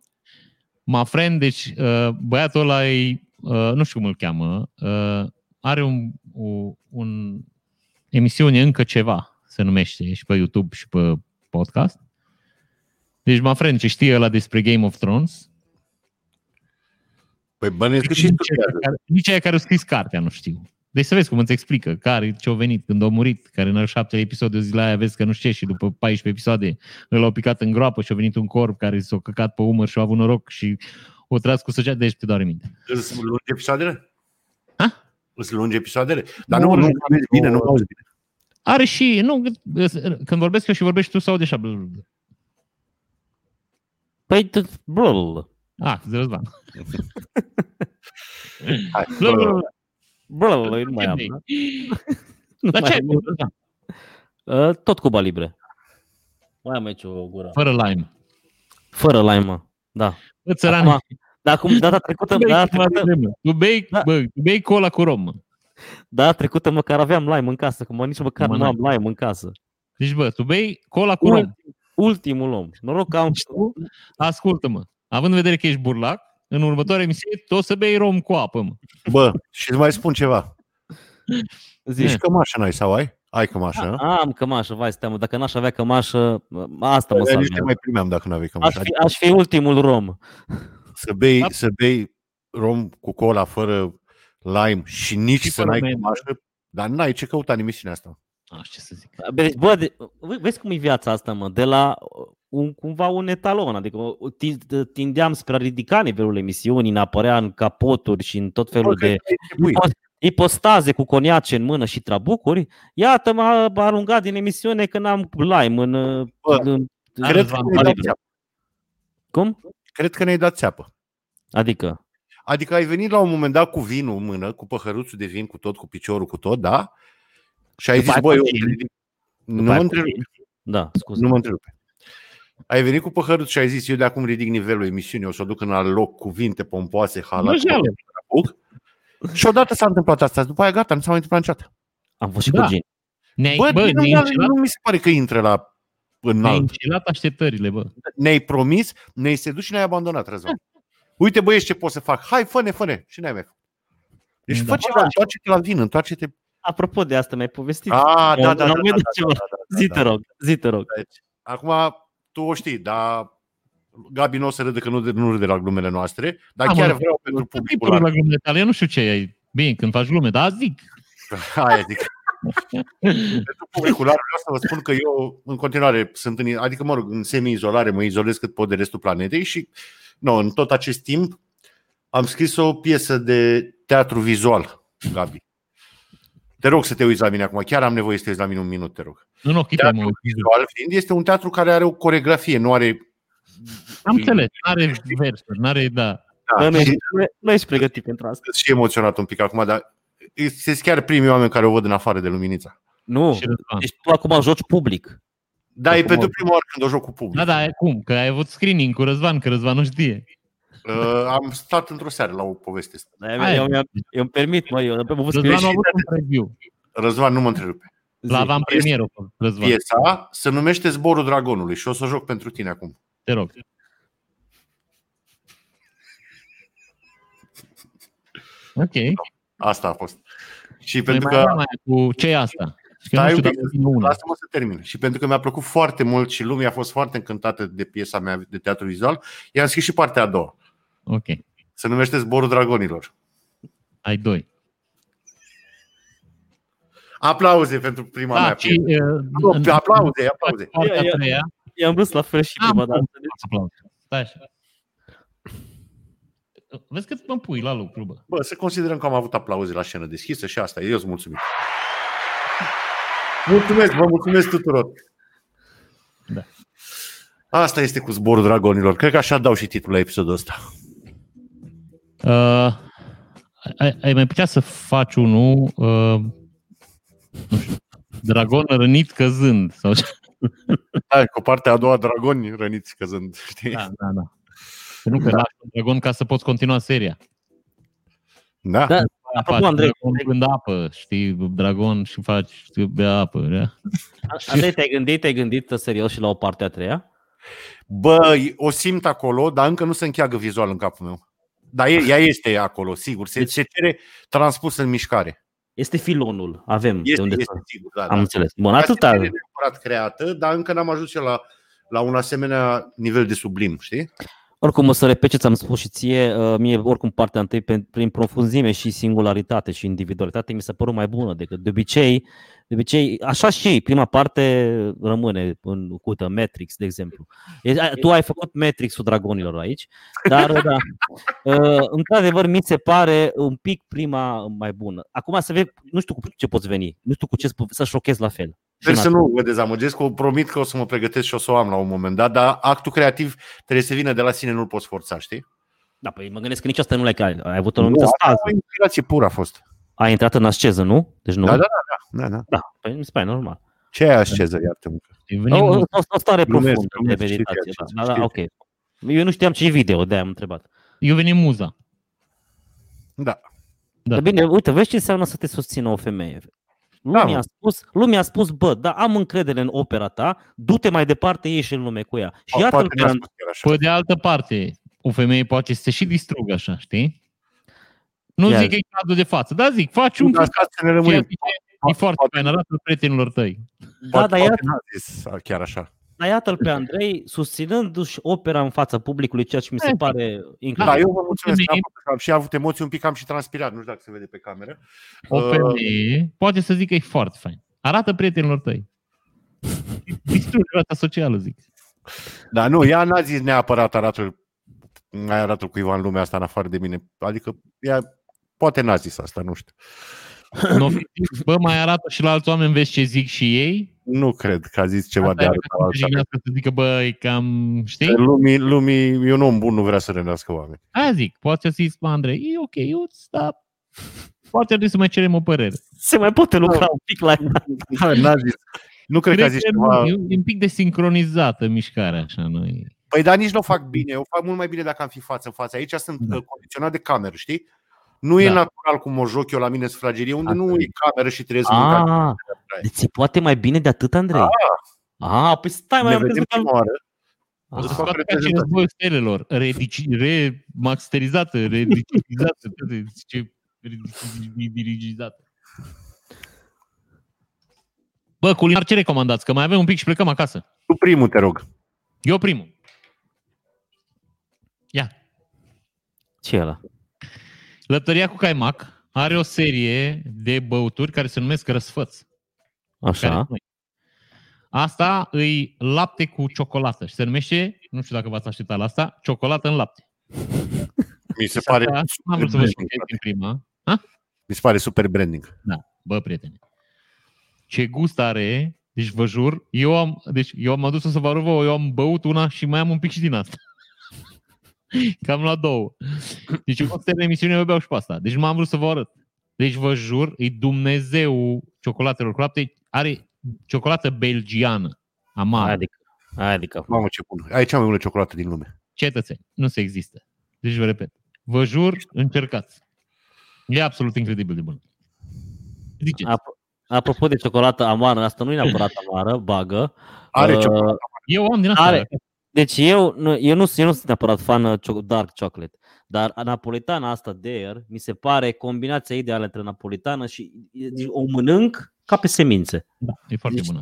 S3: Ma friend, deci uh, băiatul ăla e, uh, nu știu cum îl cheamă, uh, are un, o, un emisiune încă ceva, se numește, și pe YouTube și pe podcast. Deci, ma friend, ce știe ăla despre Game of Thrones,
S1: Păi bănuiesc că și
S3: Nici aia
S1: studiază.
S3: care- Nici aia care a scris cartea, nu știu. Deci să vezi cum îți explică care, ce-a venit, când a murit, care în al șaptele episod de zile aia vezi că nu știe și după 14 episoade îl au picat în groapă și a venit un corp care s-a căcat pe umăr și a avut noroc și Putreascu Săgea, deci te doare minte.
S1: Îți lungi episoadele?
S3: Ha?
S1: Îți lungi episoadele? Dar nu,
S2: Nu,
S1: nu,
S2: nu,
S1: nu auzi bine, nu auzi bine.
S3: Are și, nu, când vorbesc eu și vorbești tu, sau deja,
S2: Păi, tu- brul,
S3: ah, de Răzvan.
S1: Hai,
S3: Blă, blă, blă.
S2: brul, eu nu mai am. da?
S3: Ce vrei?
S2: Nu
S3: Dar
S2: mai
S3: ce ai
S2: am.
S3: băut, Răzvan?
S2: Uh, Tot Cuba Libre. Mai am aici o gură.
S3: Fără lime.
S2: Fără lime, da.
S3: Bă, țăran,
S2: Acum, dar acum, data
S3: tu
S2: trecută,
S3: bei
S2: data
S3: ceva de
S2: trecută,
S3: lemn. tu bei,
S2: Da.
S3: bă, tu bei cola cu rom. mă.
S2: data trecută măcar aveam lime în casă, că mă, nici măcar
S3: Mă,
S2: nu am lime în casă.
S3: Deci, bă, tu bei cola cu rom.
S2: Ultim, ultimul om. Noroc că am
S3: Ascultă-mă, având în vedere că ești burlac, în următoarea emisiune tu o să bei rom cu apă, mă.
S1: Bă, și îți mai spun ceva.
S2: zis.
S1: Ești cămașă n-ai sau ai? Ai cămașă, nu?
S2: Da, Am cămașă, vai, stai mă, dacă n-aș avea cămașă, asta
S1: Dar
S2: mă
S1: Nici nu
S2: salvează.
S1: mai primeam dacă nu aveai
S2: Aș
S1: cămașă. Adică
S2: fi, aș fi ultimul rom.
S1: Să bei,
S3: Da.
S1: să bei rom cu cola fără lime și nici
S3: Și
S1: să
S3: fără
S1: n-ai
S3: mentă.
S1: cămașă, dar n-ai ce căuta în emisiunea asta.
S3: Aș Ah, ce să zic.
S2: Deci, bă, de, ve- vezi cum e viața asta, mă, de la uh, un, cumva un etalon, adică o- ti- tindeam spre a ridica nivelul emisiunii, în apărea în capoturi și în tot felul
S1: Bă, că
S2: de
S1: ai ce pui.
S2: ipo- ipostaze cu coniace în mână și trabucuri, iată m-a m-a aruncat din emisiune că n-am lime în... uh,
S1: Bă,
S2: în
S1: Cred că
S3: Răzvan
S1: ne-ai dat
S3: Palibru.
S1: țeapă.
S2: cum?
S1: Cred că ne-ai dat țeapă.
S2: Adică,
S1: Adică ai venit la un moment dat cu vinul în mână, cu păhăruțul de vin, cu tot, cu piciorul, cu tot, da? Și ai
S2: După
S1: zis,
S2: aia
S1: băi, eu...
S2: cu gin.
S1: nu mă
S2: aia cu
S1: întrerupe,
S2: da, scuze.
S1: nu mă întrerupe. Ai venit cu păhăruțul și ai zis, eu de acum ridic nivelul emisiunii, o să o duc în alt loc, cuvinte pompoase, halat,
S3: Vrăjeală.
S1: trabuc. Și odată s-a întâmplat asta, după aia gata, nu s-a mai întâmplat niciodată.
S2: Am fost și
S3: Da.
S2: cu gin.
S3: Ne-ai,
S1: Bă,
S3: bă,
S1: bă
S3: ne-ai,
S1: nu,
S3: încelat,
S1: nu mi se pare că intră la
S3: ne-ai
S1: înalt.
S3: încelat așteptările, bă.
S1: Ne-ai promis, ne-ai sedus și ne-ai abandonat, Răzvan. Uite băieți ce pot să fac, hai, fă-ne, fă-ne. Și ne-ai mai făcut. Deci
S3: Da.
S1: fă ceva, întoarce-te la vin, întoarce-te
S2: Apropo de asta, mi-ai povestit.
S1: Ah, da,
S2: În-
S1: da,
S2: în
S1: da, da,
S2: moment
S1: da,
S2: de ceva.
S1: da, da,
S2: zi
S1: da,
S2: te
S1: da.
S2: rog, zi te rog.
S1: Deci, Acum, tu o știi, dar Gabi nu o să râde că nu, nu râde la glumele noastre, dar
S3: Am
S1: chiar
S3: râs.
S1: vreau pentru
S3: Nu
S1: publicul
S3: pui
S1: larg.
S3: la glumele tale, eu nu știu ce e. Bine, când faci glume, dar zic.
S1: Aia zic. pentru publicul larg vreau să vă spun că eu în continuare sunt în, adică mă rog, în semi-izolare, mă izolez cât pot de restul planetei și no, în tot acest timp am scris o piesă de teatru vizual, Gabi. Te rog să te uiți la mine acum, chiar am nevoie să te uiți la mine un minut, te rog.
S3: Nu, nu, chiar mă
S1: teatru vizual fiind, este un teatru care are o coregrafie, nu are...
S3: Am înțeles, n-are versuri, n-are, da.
S1: Da,
S2: Bă, nu,
S1: și,
S2: ești, nu ești pregătit pentru asta.
S1: sunt și emoționat un pic acum, dar sunt chiar primii oameni care o văd în afară de luminița.
S2: Nu,
S3: Și Răzvan.
S2: deci tu acum joci public.
S1: Da, e
S2: Acum-
S1: pentru prima oară când o joc cu public.
S3: Da, da, cum? Că ai avut screening cu Răzvan, că Răzvan nu știe.
S1: Uh, am stat într-o seară la o poveste. asta.
S2: Dar
S3: Aia.
S2: Da, Eu, eu, eu, eu îmi permit, mă, eu am avut
S3: Răzvan a
S1: greșit.
S3: avut un preview.
S1: Răzvan, nu mă întrerupe.
S3: La
S2: Zi.
S3: aveam premieră, Răzvan,
S1: Piesa se numește Zborul Dragonului și o să o joc pentru tine acum.
S3: te rog. Ok.
S1: Asta a fost. Și
S3: Noi
S1: pentru
S3: mai
S1: că...
S3: aveam aia cu ce e asta? Și că nu
S1: Stai
S3: știu
S1: un
S3: dacă
S1: pic,
S3: vine una.
S1: Lasă-mă să termin. Și pentru că mi-a plăcut foarte mult și lumea a fost foarte încântată de piesa mea de teatru vizual, i-am scris și partea a doua.
S3: Ok,
S1: Se numește Zborul Dragonilor.
S3: ai doi.
S1: Aplauze pentru prima
S3: Da,
S1: mea.
S3: și...
S1: piesă.
S3: uh,
S1: Nu, Aplauze, aplauze.
S3: Partea
S2: Ia, da. ia.
S3: a treia.
S2: I-am râs la fel și
S3: Am
S2: prima dată.
S3: Aplauze. Stai așa. Vezi cât mă pui la lucru, bă.
S1: Bă, să considerăm că am avut aplauze la scenă deschisă și asta e. Eu sunt mulțumit. Mulțumesc, vă mulțumesc tuturor.
S3: Da.
S1: Asta este cu zborul dragonilor. Cred că așa dau și titlul la episodul ăsta.
S3: Uh, ai, ai mai putea să faci unul uh, nu știu, dragon rănit căzând sau ce?
S1: Hai, Da, cu partea a doua, dragoni răniți căzând. Știi?
S3: Da, da, da. Că Nu că da. lași un dragon ca să poți continua seria.
S1: da.
S2: Da.
S1: da.
S2: Apropo,
S3: faci
S2: Andrei,
S3: dragon când apă, știi, dragon și faci știi, bea apă. Da?
S2: Andrei, te-ai gândit, te-ai gândit serios și la o parte a treia?
S1: Bă, o simt acolo, dar încă nu se încheagă vizual în capul meu. Dar e- ea este acolo, sigur. Se,
S2: Deci-
S1: se cere transpus în mișcare.
S2: Este filonul, avem de
S1: Este,
S2: unde
S1: este
S2: să...
S1: sigur. Da,
S2: Am
S1: da.
S2: înțeles. Bun,
S1: Atâta.
S2: atâta.
S1: neapărat creată, dar încă n-am ajuns eu la, la un asemenea nivel de sublim, știi?
S2: Oricum o să repet ce ți-am spus și ție, uh, mie oricum partea întâi pe- prin profunzime și singularitate și individualitate mi s-a părut mai bună decât de obicei De obicei, așa și prima parte rămâne în cută, Matrix, de exemplu. E- a- Tu ai făcut Matrix-ul dragonilor aici, dar da, Uh, într-adevăr mi se pare un pic prima mai bună. Acum să vezi, nu știu cu ce poți veni, nu știu cu ce sp- să șochezi la fel.
S1: Sper
S2: Și
S1: Deci să
S2: în
S1: nu vă dezamăgesc, că promit că o să mă pregătesc și o să o am la un moment dat, dar actul creativ trebuie să vină de la sine, nu-l poți forța, știi?
S2: Da, păi mă gândesc că nici asta nu l-ai care. Ai avut o
S1: Nu,
S2: anumită
S1: asta
S2: stază.
S1: O inspirație pură a fost.
S2: Ai intrat în asceză, nu? Deci nu?
S1: Da, da, da, da. da, da.
S2: Păi mi se pare normal.
S1: Ce e asceză, iartă-mă?
S3: E
S2: O,
S3: venim
S2: o,
S3: un-
S2: o, o stare
S1: Glumesc,
S2: profundă de
S1: glumesc, știu
S2: meditație.
S1: ceea ce
S2: Da, da,
S1: zici,
S2: da, ok. Eu nu știam ce e video, de-aia am întrebat.
S3: Eu venim muza.
S1: Da.
S3: Da.
S2: Da. Dar bine, uite, vezi ce înseamnă să te susțină o femeie. Lumea,
S1: Da, mă.
S2: a spus, lumea a spus, bă, dar am încredere în opera ta, du-te mai departe, ieși în lume cu ea. Și
S1: Po-
S2: iată
S1: Poate n-a spus chiar așa.
S3: Pe de altă parte, o femeie poate să se și distrugă așa, știi? Nu
S2: Ia
S3: zic
S2: zi.
S3: că
S2: Da,
S3: e cadru de față, dar zic, faci un
S1: Dar asta să ne rămâne.
S3: Ceea ce e- e foarte fain, arată prietenilor tăi.
S2: da,
S1: Poate,
S2: dar
S1: poate
S2: iată,
S1: n-a zis chiar așa.
S2: dar iată-l pe Andrei susținându-și opera în fața publicului, ceea ce mi se
S3: Da.
S2: pare
S1: Da,
S2: incredibil.
S1: eu vă mulțumesc că am
S3: Mulțumim.
S1: făcut, că am și avut emoții un pic, am și transpirat, nu știu dacă se vede pe cameră.
S3: O
S1: Uh,
S3: femeie poate să zic că e foarte fain. Arată prietenilor tăi. Distruge rata socială, zic.
S1: Dar nu, ea n-a zis neapărat arată mai arată cuiva în lumea asta în afară de mine. Adică ea poate n-a zis asta, nu știu.
S3: Nu ofensiv, Bă, mai arată și la alți oameni, vezi ce zic și ei.
S1: Nu cred că a zis ceva
S3: Asta
S1: de
S3: e
S1: arăt
S3: ca
S1: la
S3: să
S1: alta.
S3: jignească, să zică, bă, e cam, știi?
S1: Lumii, lumii, e un om bun, nu vrea să rănească oameni.
S3: Aia zic, poate să zici, bă, Andrei, e ok, eu dar poate trebuie să mai cerem o părere.
S2: Se mai poate lucra un pic la
S1: Da, N-a zis. Nu cred că a zis ceva.
S3: nu, e un- e un pic de sincronizată mișcarea, așa, noi.
S1: Păi dar nici nu o fac bine. O fac mult mai bine dacă am fi față în față. Aici sunt
S3: Da.
S1: da. condiționat de cameră, știi? Nu e
S3: Da.
S1: natural cum o joc eu la mine în sufragerie, unde
S2: Asta
S1: nu
S2: e.
S1: e cameră și trebuie să mâncați.
S2: Ah, deci se poate mai bine de atât, Andrei? Ah, păi stai, mai
S1: Ne
S2: am
S1: vedem
S2: crezut că...
S1: prima oară.
S2: am-
S1: Să
S3: Să
S2: Ah,
S1: fac
S3: facă ca și
S1: reprezentare.
S3: războiul stelelor, redici- remasterizată, redigitizată, toate, zice, redigitizată. Bă, culinar ce recomandați? Că mai avem un pic și plecăm acasă.
S1: Tu primul, te rog.
S3: Eu primul. Ia.
S2: Ce e ăla?
S3: Lăptăria cu caimac are o serie de băuturi care se numesc răsfăți. Care
S2: Așa.
S3: sunt noi. Asta îi lapte cu ciocolată și se numește, nu știu dacă v-ați așteptat la asta, ciocolată în lapte.
S1: Mi se
S3: Și
S1: pare,
S3: asta Exact, da, Am vrut să vă șochez din prima.
S1: mi se pare super branding.
S3: Bă, prieteni. Ce gust are, deci vă jur, eu am, deci eu am adus-o să vă arăt vouă, eu am băut una și mai am un pic și din asta. Cam la două. Deci eu când termin emisiunea, eu beau și pe asta. Deci m-am vrut să vă arăt. Deci vă jur, e Dumnezeu ciocolatelor cu lapte. Are ciocolată belgiană, amară,
S2: Adică. Adică.
S1: Mamă, ce bun. Ai cea mai bună ciocolată din lume.
S3: cetățeni. Nu se există. Deci vă repet. Vă jur, încercați. E absolut incredibil de bun. Ziceți.
S2: Ap- Apropo de ciocolată amară, asta nu e neapărat amară, bagă.
S1: Are
S2: Uh,
S1: ciocolată.
S3: Eu am din asta.
S2: Are. Deci eu nu, eu, nu, eu nu sunt neapărat fan uh, cio- dark chocolate, dar napolitana asta de aer mi se pare combinația ideală între napolitană și deci o mănânc ca pe semințe.
S3: E foarte
S2: deci,
S3: bună.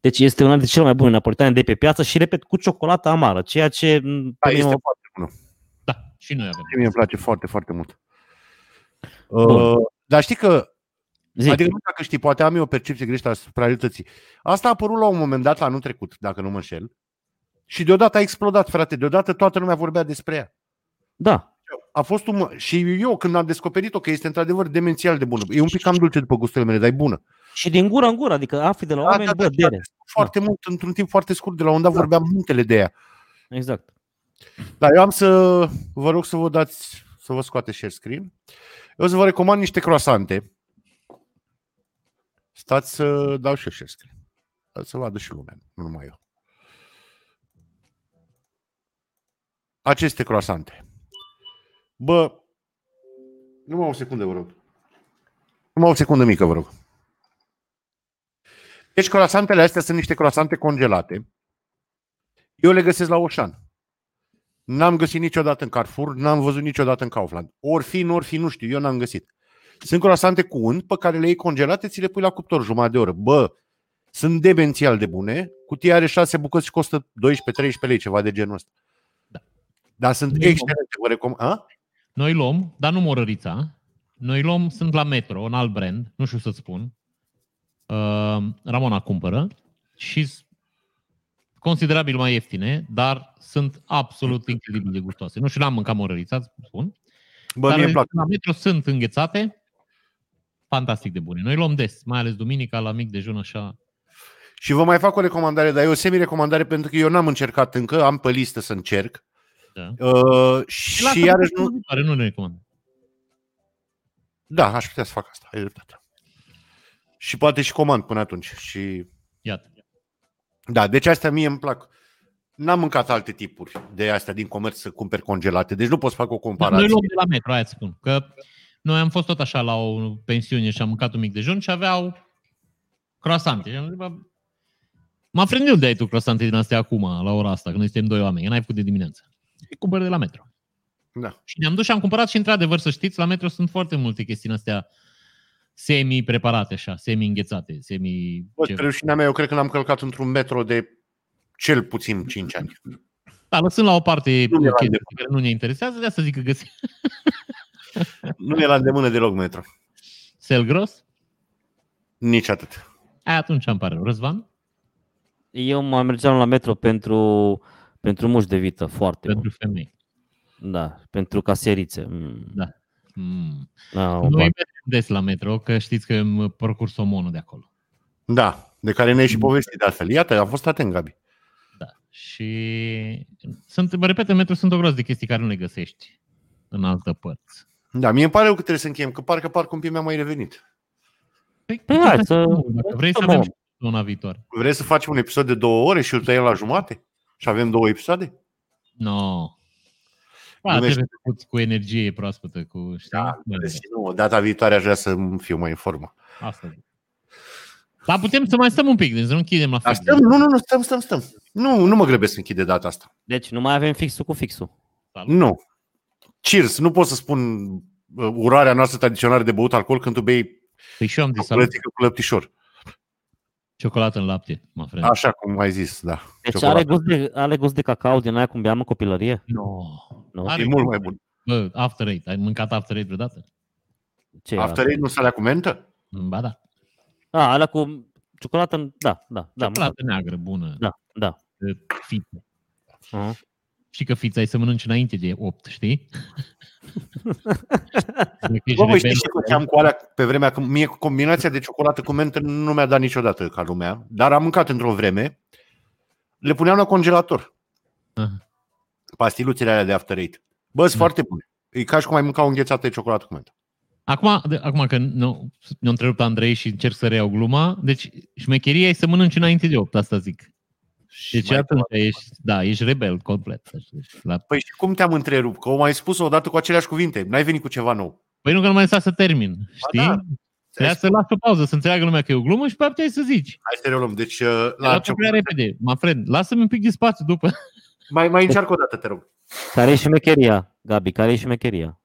S2: Deci este una dintre cele mai bune napolitane de pe piață și, repet, cu ciocolată amară, ceea ce... m,
S1: Da,
S2: pe mine
S1: este
S2: mă-
S1: foarte
S3: Da, și noi avem.
S1: mie îmi place foarte, foarte mult.
S2: Bun.
S1: Uh, dar știi că
S2: Zi.
S1: Adică nu știu dacă știi, poate am eu o percepție greșită asupra realității. Asta a apărut la un moment dat, anul trecut, dacă nu mă înșel. Și deodată a explodat, frate. Deodată toată lumea vorbea despre ea.
S2: Da.
S1: A fost un... Și eu, când am descoperit-o, că este într-adevăr demențial de bună. E un pic cam dulce după gusturile mele, dar e bună.
S2: Și din gură în gură, adică afli de la
S1: Da,
S2: oameni,
S1: da, da,
S2: bă, Da.
S1: și a
S2: dere.
S1: Foarte mult, într-un timp foarte scurt, de la un dat vorbeam muntele de ea. da.
S2: Exact.
S1: Dar eu am să vă rog să vă dați, să vă scoate share screen. Eu o să vă recomand niște croasante. Stați să dau și eu share screen. Să vadă și lumea, nu numai eu. Aceste croasante. Bă, numai o secundă, vă rog. Numai o secundă mică, vă rog. Deci croasantele astea sunt niște croasante congelate. Eu le găsesc la Oșan. N-am găsit niciodată în Carrefour, n-am văzut niciodată în Kaufland. Ori fi, nu ori fi, nu știu, eu n-am găsit. Sunt croasante cu unt pe care le iei congelate, ți le pui la cuptor jumătate de oră. Bă, sunt demențial de bune. Cutia are 6 bucăți și costă 12-13 lei, ceva de genul ăsta.
S3: Da.
S1: Dar sunt
S3: Nu-i
S1: excelente, vă recomand. A?
S3: Noi luăm, dar nu morărița. Noi luăm, sunt la Metro, un alt brand, nu știu să-ți spun. uh, Ramona cumpără și s- considerabil mai ieftine, dar sunt absolut incredibil de gustoase. Nu știu, n-am mâncat morărița, îți spun.
S1: Bă,
S3: dar
S1: mie îmi plac.
S3: la metro sunt înghețate, fantastic de bune. Noi luăm des, mai ales duminica la mic dejun așa.
S1: Și vă mai fac o recomandare, dar e o semi-recomandare pentru că eu n-am încercat încă, am pe listă să încerc.
S3: Da.
S1: Uh,
S3: Lasă-ne
S1: și iarăși nu...
S3: săptămâna viitoare, nu ne recomand.
S1: Da, aș putea să fac asta, ai dreptate. Și poate și comand până atunci. Și
S3: Iată.
S1: Da, deci astea mie îmi plac. N-am mâncat alte tipuri de astea din comerț să cumperi congelate, deci nu pot să fac o
S3: Da, Noi
S1: comparație.
S3: luăm de la metro, aia îți spun. Că noi am fost tot așa la o pensiune și am mâncat un mic dejun și aveau croasante. Și am zis, bă, m-a frânt de unde ai tu croasante din astea acum, la ora asta, că noi suntem doi oameni, că n-ai făcut de dimineață. Și cumpăr de la metro.
S1: Da.
S3: Și ne-am dus și am cumpărat și într-adevăr, să știți, la metro sunt foarte multe chestii din astea semi-preparate așa, semi-înghețate, semi...
S1: Bă,
S3: ce-
S1: spre rușinea mea, eu cred că n-am călcat într-un metro de cel puțin 5 ani.
S3: Da, lăsând la o parte
S1: Nu mi-era
S3: chestii
S1: de-
S3: care nu ne interesează, de asta zic că găsim
S1: Nu mi-era de mână deloc metro.
S3: sel gros.
S1: Nici atât.
S3: Aia atunci îmi pare rău. Răzvan?
S2: Eu mă mergeam la metro pentru, pentru muș de vită, foarte mult.
S3: Pentru femei.
S2: Da, pentru caserițe. Mm.
S3: Da. Mm.
S2: Da, o
S3: Noi
S2: ba-
S3: mergem des la metro, că știți că îmi parcurs omonul de acolo.
S1: Da, de care
S3: Mm.
S1: ne-ai și povestit de altfel. Iată, am fost atent, Gabi.
S3: Da. Și sunt, mă repet, în metro sunt o groază de chestii care nu le găsești în altă părți.
S1: Da, mie îmi pare rău că trebuie să încheiem, că parcă parcă un pic mi-a mai revenit.
S3: Păi,
S2: Păi
S3: ce
S2: hai
S3: faci
S2: să-
S3: acum? Dacă vrei să
S2: să
S3: avem
S2: luăm.
S3: și una viitoare.
S1: Vrei să facem un episod de două ore și îl tăiem la jumate? Și avem două episoade?
S3: No. Da,
S1: Glumește.
S3: trebuie făcut cu energie proaspătă, cu știi?
S1: Da, Deci, nu, data viitoare aș vrea să fiu mai în formă.
S3: Asta. zic. Dar putem să mai stăm un pic, deci să nu închidem la
S1: Dar
S3: fel.
S1: stăm, nu, nu, nu, stăm, stăm, stăm. Nu, nu mă grăbesc să închid de data asta.
S2: Deci nu mai avem fixul cu fixul.
S1: Nu. Cheers, nu pot să spun uh, urarea noastră tradițională de băut alcool când tu bei
S3: Păi și eu am zis salut.
S1: plătică cu lăptișor.
S3: ciocolată în lapte, mă frate.
S1: Așa cum ai zis, da.
S2: Deci
S1: Ciocolată.
S2: are gust, de, are gust de cacao din aia cum beam în copilărie?
S3: No.
S2: Nu.
S1: E mult mai bun.
S3: Bă, after eight. Ai mâncat after eight vreodată?
S2: Ce era?
S1: After Eight nu se cu mentă?
S3: Ba da.
S2: A, alea cu ciocolată, în- da, da, da, mă-
S3: Ciocolată neagră bună.
S2: da, da.
S3: de fițe.
S2: Uh-huh.
S3: Și că fița ai să mănânci înainte de 8, știi? Dacă ești
S1: Bă, bă,
S3: rebel,
S1: știi ce făceam cu alea pe vremea când mie combinația de ciocolată cu mentă nu mi-a dat niciodată ca lumea, dar am mâncat într-o vreme, le puneam la congelator.
S3: Aha.
S1: Pastiluțele alea de After Eight. Bă, sunt
S3: Da.
S1: foarte bune. E ca și cum ai mânca o înghețată de ciocolată cu mentă.
S3: Acum, de, acum că nu, ne-a întrerupt Andrei și încerc să reiau gluma, deci șmecheria e să mănânci înainte de 8, asta zic. Deci
S1: mai
S3: atunci ești, da, ești rebel complet. să știi. La...
S1: Păi și cum te-am întrerupt? Că o mai spus odată cu aceleași cuvinte. N-ai venit cu ceva nou.
S3: Păi nu că nu mai lăsa să termin, știi?
S1: da.
S3: Da, Trebuia să las o pauză, să înțeleagă lumea că e o glumă și pe aia să zici.
S1: Hai să reluăm. Deci, uh, la
S3: La
S1: ce...
S3: prea repede, mă friend, lasă-mi un pic de spațiu după.
S1: mai, mai încearcă o dată, te rog.
S2: Care e șmecheria, Gabi? Care e șmecheria?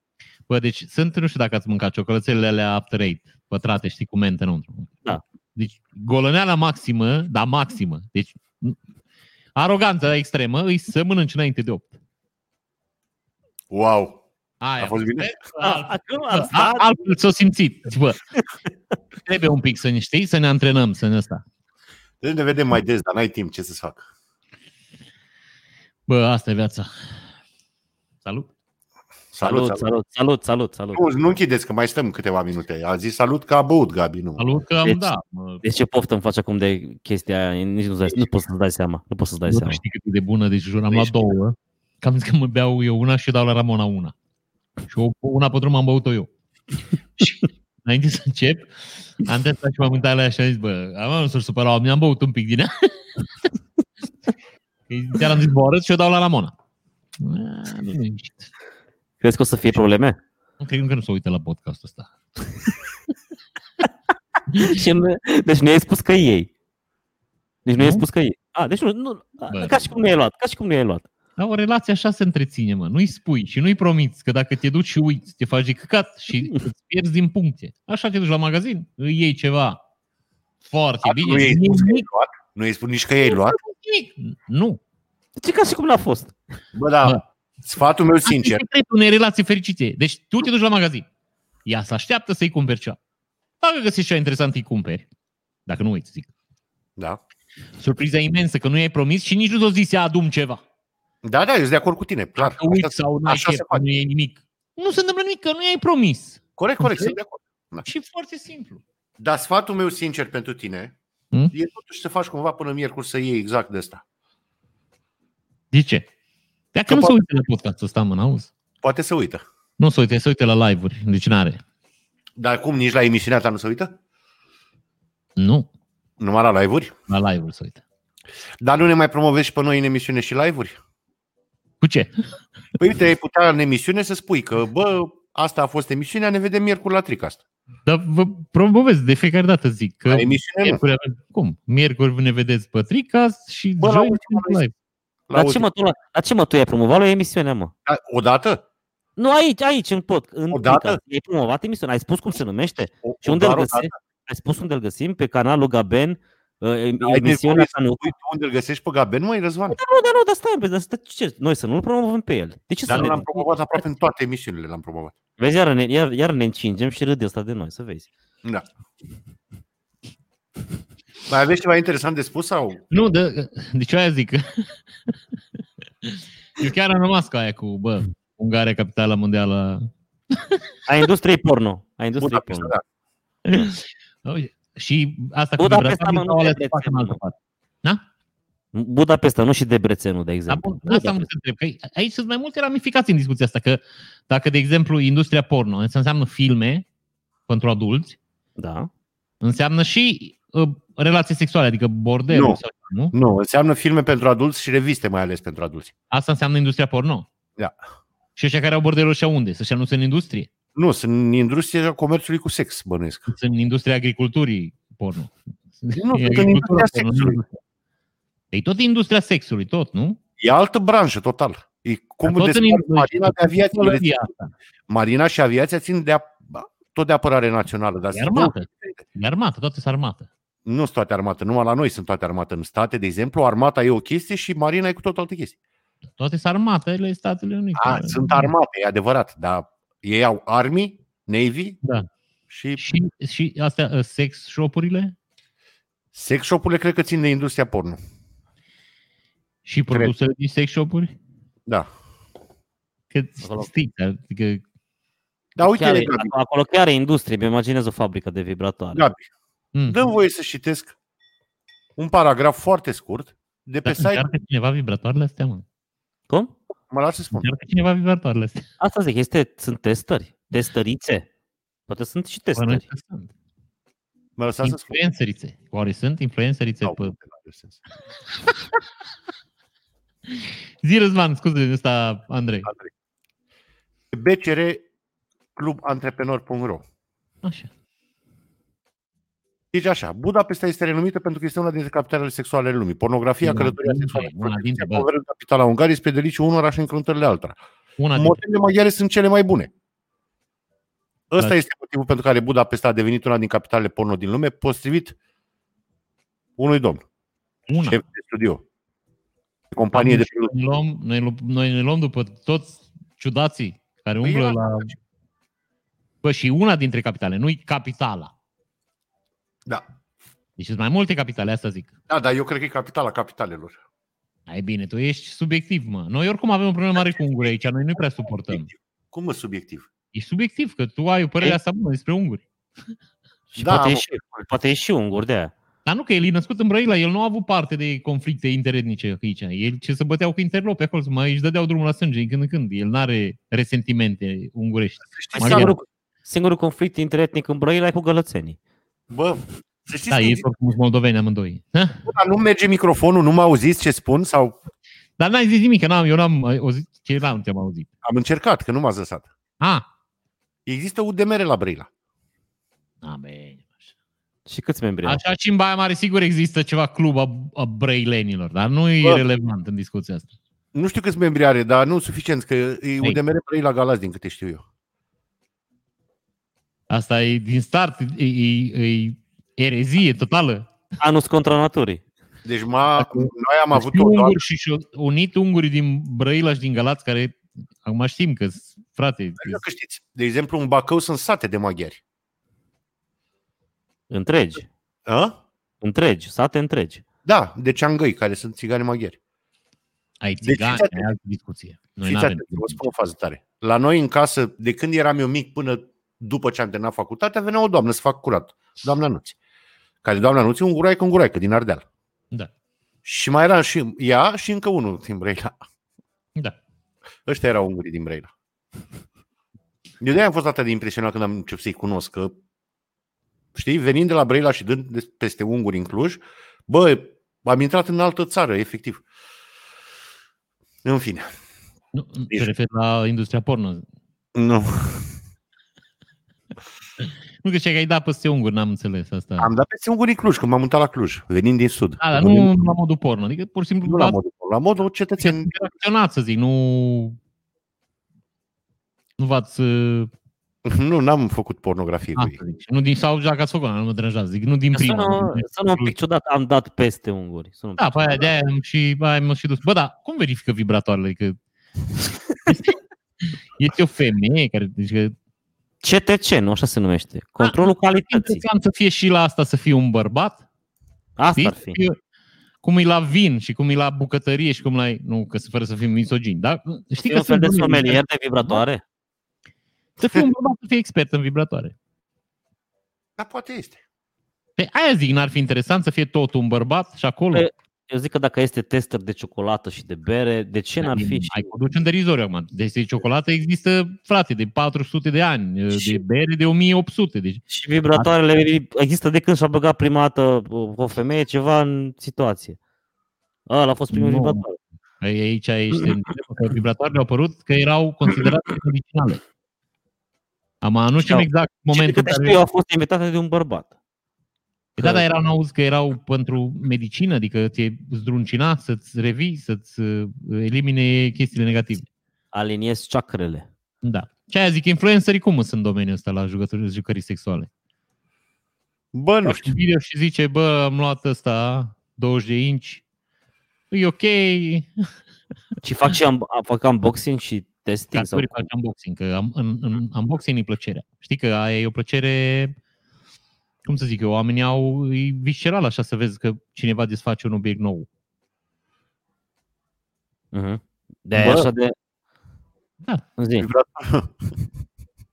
S3: Bă, deci sunt, nu știu dacă ați mâncat ciocolățelele alea after eight, pătrate, știi, cu mentă înăuntru.
S2: Da.
S3: Deci golăneala maximă, dar maximă. Deci n- aroganța extremă îi să mănânci înainte de 8.
S1: Wow!
S3: Aia.
S1: A fost bine?
S3: Altfel-
S2: acum
S3: bă, a- Altfel s-o simțit. Bă. Trebuie un pic să ne știi, să ne antrenăm, să ne asta.
S1: Deci ne vedem mai des, dar n-ai timp ce să-ți fac.
S3: Bă, asta e viața. Salut!
S1: Salut,
S2: Salut,
S1: salut.
S2: salut, salut, salut, salut.
S1: Nu, nu închideți, că mai stăm câteva minute. A zis salut că a băut, Gabi, nu.
S3: Salut că am,
S2: Deci,
S3: da. Mă,
S2: Deci ce poftă îmi faci acum de chestia aia? Nici nu, dai, nu poți să-ți dai seama. Nu poți să-ți dai
S3: nu
S2: seama.
S3: știi cât e de bună, deci jur, am luat
S1: Deci-
S3: două. Cam zis că mă beau eu una și dau la Ramona una. Și o- una pe drum am băut-o eu. și înainte să încep, am testat și m-am uitat la ea și am zis, bă, am nu să-l supăra oamenii, am băut un pic din ea. Chiar am zis, bă, arăt și o dau la Ramona. A, Ah, Nu e ieșit.
S2: Crezi că o să fie probleme?
S3: Cred că nu se uită la podcastul ăsta.
S2: Și nu- deci nu i-ai spus că ei. Deci nu i-ai
S3: Nu?
S2: spus că ei. A, deci nu, nu
S3: Bă.
S2: ca și cum nu i-ai luat, ca și cum nu i-ai luat.
S3: Dar o relație așa se întreține, mă. Nu-i spui și nu-i promiți că dacă te duci și uiți, te faci de căcat și îți pierzi din puncte. Așa te duci la magazin, îi iei ceva foarte
S1: A,
S3: bine.
S1: nu i-ai
S3: nimic,
S1: spus că ai luat? Nu i-ai spus nici că ei luat?
S3: nimic. Nu.
S2: Deci ca și cum n-a fost.
S1: Bă, da, sfatul meu sincer.
S3: Asta e secretul unei relații fericite. Deci tu te duci la magazin. Ea se așteaptă să-i cumperi ceva. Dacă găsești ceva interesant, îi cumperi. Dacă nu uiți, zic.
S1: Da.
S3: Surpriza imensă că nu i-ai promis și nici nu ți-o zise adum ceva.
S1: Da, da, eu sunt de acord cu tine, clar.
S3: Că uiți sau n-ai
S1: așa se
S3: chef,
S1: face.
S3: nu e nimic. Nu se întâmplă nimic, că nu i-ai promis.
S1: Corect, corect, sunt de acord.
S3: Și foarte simplu.
S1: Dar sfatul meu sincer pentru tine
S3: Hmm?
S1: e totuși să faci cumva până miercuri să iei exact de asta.
S3: De ce? Dacă
S1: Că
S3: nu se
S1: poate-
S3: uită la podcastul ăsta, mă, auzi?
S1: Poate se uită.
S3: Nu se uită, se uită la live-uri. Deci n-are.
S1: Dar cum, nici la emisiunea ta nu se uită?
S3: Nu,
S1: Numai la live-uri?
S3: la live-uri se uită.
S1: Dar nu ne mai promovezi și pe noi în emisiune și live-uri?
S3: Cu ce?
S1: Păi uite, ai putea în emisiune să spui că, bă, asta a fost emisiunea, ne vedem miercuri la Tricast.
S3: Dar vă promovez de fiecare dată, zic. Că
S1: La emisiune nu.
S3: miercuri avem, cum? Miercuri ne vedeți pe Tricast și
S1: Bă, la
S3: joi
S1: ultima
S3: sunt live.
S1: La
S2: La ce, mă, tu, la, la ce mă tu ai promovat o emisiune, mă?
S1: Odată?
S2: Nu aici, aici, în pod. În
S1: Odată?
S2: podcast. Ai promovat emisiunea, ai spus cum se numește?
S1: O,
S2: Și unde îl
S1: doar o
S2: găsești?
S1: dată?
S2: Ai spus unde îl găsim? Pe canalul Gaben, uh, em-
S1: Ai
S2: emisiunea
S1: nevoie
S2: ta nu.
S1: Uite, unde îl găsești pe Gaben, măi,
S3: Da,
S1: Răzvan?
S2: Dar nu, dar nu, dar stai, bă, dar stai, ce? Noi să nu-l promovăm pe el. De ce
S1: Dar nu
S3: da.
S2: să ne...
S1: l-am promovat aproape
S3: Adică-
S1: în toate emisiunile, l-am promovat.
S2: Vezi, iar ne, iar, iar ne încingem și râde asta de noi, să vezi.
S1: Da. Mai aveți ceva interesant de spus sau?
S3: Nu, de, deci aia zic. Eu chiar am rămas ca aia cu, bă, Ungaria capitala mondială.
S2: A industriei porno. A industriei
S1: Budapesta,
S2: porno.
S1: da.
S3: Uite, Și asta cu
S2: Budapesta,
S3: Gibraltar,
S2: mă,
S3: mi
S2: nu
S3: s-au ales
S2: trebuie
S3: să fac în
S2: să
S3: altă
S2: mă.
S3: parte.
S2: Budapesta, nu și Debrețenul,
S1: Da.
S2: de
S3: Dar
S2: exemplu.
S3: Da, bun, asta mă întreb. Că aici sunt mai multe ramificații în discuția asta, că dacă, de exemplu, industria porno asta înseamnă filme pentru adulți,
S2: Da.
S3: înseamnă și uh, relații sexuale, adică bordelul.
S1: Nu.
S3: Sau, nu?
S1: Nu, înseamnă filme pentru adulți și reviste mai ales pentru adulți.
S3: Asta înseamnă industria porno.
S1: Da.
S3: Și ăștia care au bordelul și unde? Să-și anunțe în industrie?
S1: Nu, sunt în industria comerțului cu sex, bănuiesc.
S3: sunt în industria agriculturii porno.
S1: Nu,
S3: E
S1: sunt
S3: agricultura
S1: în industria
S3: porno, nu
S1: sexului.
S3: E tot industria sexului, tot, nu?
S1: E altă branșă, total. E cum
S3: Dar tot
S1: despre
S3: industria-
S1: marina de aviație.
S3: Tot
S1: ele-
S3: e asta.
S1: Marina și aviația țin de a, tot de apărare națională. Dar
S3: E
S1: sunt
S3: armată.
S1: două-
S3: E armată, toate sunt armată.
S1: Nu sunt toate armate, numai la noi sunt toate armate. În state, de exemplu, armata e o chestie și marina e cu tot altă chestie.
S3: Toate sunt armatele Statele Unite.
S1: A, Da,
S3: da.
S1: sunt armate, e adevărat, dar ei au armii, navy
S3: Da.
S1: și
S3: Și, și astea, ă, sex shop-urile
S1: sex shop-urile cred că țin de industria porno.
S3: și
S1: Cred.
S3: produsele din sex shop-uri?
S1: Da.
S3: Că
S2: Acolo.
S3: știi, adică
S1: Dar uite,
S2: chiar, e-
S1: Gabi,
S2: acolo chiar e industrie, mi imaginez o fabrică de vibratoare.
S1: Gabi,
S3: mm,
S1: dăm voie să citesc un paragraf foarte scurt de pe
S3: dar
S1: site.
S3: încearcă cineva vibratoarele astea,
S1: Da.
S3: mă.
S2: Cum?
S1: Mă las să spun.
S3: Încearcă cineva vibratoarele astea.
S2: Asta zic, este, sunt testări, testărițe. Poate sunt și
S3: Bănuiesc
S2: testări.
S3: că sunt.
S1: Mă lăsați să spun. Da,
S3: Influencerițe. Oare sunt influencerițe
S1: Sau-
S3: pe Zi, Răzvan, scuze, ăsta, Andrei.
S1: Andrei. BCR clubantreprenor.ro
S3: Așa.
S1: Deci așa, Budapesta este renumită pentru că este una dintre capitalele sexuale ale lumii. Pornografia,
S3: Una
S1: călătoria
S3: dintre,
S1: sexuală,
S3: una dintre, da. bă.
S1: prostituția, capitala Ungariei, spre deliciul unora și încruntările altora.
S3: Una dintre.
S1: Modelele maghiare sunt cele mai bune. Ăsta
S3: Da.
S1: este motivul pentru care Budapesta a devenit una din capitalele porno din lume, potrivit unui domn,
S3: Una.
S1: șef de studio. Companie de
S3: Noi ne luăm, noi, lu- noi ne luăm după toți ciudații care
S1: Păi
S3: umblă
S1: era-
S3: la... Bă, și una dintre capitale, nu-i capitala.
S1: Da.
S3: Deci sunt mai multe capitale, asta zic.
S1: Da, dar eu cred că e capitala capitalelor.
S3: Ai bine, tu ești subiectiv, mă. Noi oricum avem o problemă mare cu ungurii aici, noi nu prea suportăm.
S1: Cum mă subiectiv?
S3: E subiectiv, că tu ai o părere
S2: Ei.
S3: asta bună despre unguri.
S2: Și
S1: Da,
S2: poate, e
S1: am-
S2: și, poate e și ungur de aia.
S3: Dar nu că el e născut în Brăila, el nu a avut parte de conflicte interetnice aici. El ce se băteau cu interlopi acolo, mai își dădeau drumul la sânge din când în când. El n-are resentimente ungurești.
S1: Știi,
S3: Maghiar.
S1: Saru,
S2: Singurul, singurul conflict interetnic în Brăila e cu gălățenii.
S1: Bă, să știți
S3: Da,
S1: da, că
S3: ei
S1: există,
S3: sunt mulți moldoveni amândoi. Ha?
S1: dar nu merge microfonul, nu mă auziți ce spun sau
S3: Dar n-ai zis nimic, că n-am, eu n-am ai auzit, ce era, nu te-am auzit.
S1: am încercat, că nu m-ați lăsat.
S3: A,
S1: Există UDMR la Brăila.
S3: a bine. așa.
S2: Și câți membri au?
S3: Așa și în Baia Mare sigur există ceva club a, a brăilenilor, dar nu e
S1: Bă.
S3: relevant în discuția asta.
S1: Nu știu câți membri are, dar nu suficient, că e
S3: Ei.
S1: UDMR Brăila Galați, din câte știu eu.
S3: Asta e din start, e, e, e erezie totală.
S2: Anus contra naturii.
S1: Deci m-a,
S3: Acum-
S1: noi am avut
S3: Și
S1: o doamnă,
S3: unguri și, și unit ungurii din Brăila și din Galați, care acum știm că, s- frate,
S1: Știu că știți, de exemplu, în Bacău sunt sate de maghiari.
S2: Întregi.
S1: A?
S2: Întregi, sate întregi.
S1: Da, de ceangăi, care sunt țigani maghiari.
S3: Ai
S1: Deci,
S3: țigani,
S1: fiți
S3: ai altă discuție. Noi
S1: Fiți
S3: n-avem.
S1: atenți, vă spun o fază tare. La noi în casă, de când eram eu mic până după ce am terminat facultatea, venea o doamnă să fac curat. Doamna Nuți. Care doamna Nuți e un guraică, un guraică din Ardeal.
S3: Da.
S1: Și mai era și ea și încă unul din Brăila.
S3: Da.
S1: Ăștia erau ungurii din Brăila. Eu de am fost atât de impresionat când am început să-i cunosc, că, știi, venind de la Brăila și dând de- peste unguri în Cluj, bă, am intrat în altă țară, efectiv. În fine.
S3: Nu, nu,
S1: Deci-
S3: te referi la industria porno.
S1: Nu.
S3: Nu că știi că ai dat peste unguri, n-am înțeles asta.
S1: Am dat peste ungurii Cluj, când m-am mutat la Cluj, venind din sud.
S3: Da, dar nu la modul porno, adică pur și simplu
S1: nu la modul, la modul cetățean.
S3: interacționat, să zic, nu... Nu v-ați... uh,
S1: Nu, n-am făcut pornografie cu ei.
S3: asta zic. Și Nu din, sau dacă ați făcut, nu mă deranjează, zic, nu din prima.
S2: Sună,
S3: nu din-
S2: sună un pic ciudat, am dat peste unguri. Sună un
S3: Da,
S2: pic
S3: pe aia
S2: ciudat.
S3: de aia am și, aia am și dus. Bă, da, cum verifică vibratoarele? Adică... este o femeie care... Deci
S2: Da,
S3: că
S2: CTC, nu așa se
S3: Da.
S2: numește. Controlul
S3: e
S2: calității.
S3: interesant "Păi, să fie și la asta să fie un bărbat,
S2: Asta
S3: Știi?
S2: ar fi.
S3: Că- Cum e la vin și cum e la bucătărie și cum la... Nu, că să fără să fim misogini, dar știi
S2: E
S3: că
S2: un fel
S3: sunt domenii
S2: de
S3: în care
S2: sommelier de vibratoare?
S3: Să fii un bărbat, să fii expert în vibratoare.
S1: Dar poate este.
S3: Pe aia zic, n-ar fi interesant să fie tot un bărbat și acolo.
S2: Pe- Eu zic că dacă este tester de ciocolată și de bere, de ce n-ar fi
S3: Hai,
S2: și...
S3: o duci în derizoriu acum. Deci de ciocolată există, frate, de 400 de ani,
S2: Și-
S3: de bere de 1800. Deci
S2: Și vibratoarele există de când și-a băgat prima dată uh, o- o femeie ceva în situație. Ăla a fost primul
S3: Nu.
S2: vibrator.
S3: aici ești în că vibratoarele au apărut că erau considerate medicinale. Am nu știm
S2: Știau.
S3: exact
S2: Și
S3: momentul
S2: câte știu eu a fost invitată de un bărbat.
S3: Da, dar erau auzi că erau pentru medicină, adică ți-e zdruncina să-ți revii, să-ți uh, elimine chestiile negative.
S2: Aliniez ceacrele.
S3: Da. Ce aia zic, influencerii cum sunt în domeniul ăsta la jucători, jucării sexuale?
S1: Bă, nu
S3: Nu
S1: știu.
S3: știu. Video și zice, bă, am luat ăsta 20 de inci, e ok,
S2: Și fac și am, fac unboxing și
S3: ca
S2: testing. Sau...
S3: să faci unboxing, că am, în, în unboxing e plăcerea. Știi că aia e o plăcere, cum să zic eu, oamenii au, e visceral așa să vezi că cineva desface un obiect nou.
S2: Uh-huh. De aia
S1: Bă.
S2: așa de...
S3: Da.
S2: Zi.
S1: Vibratorul...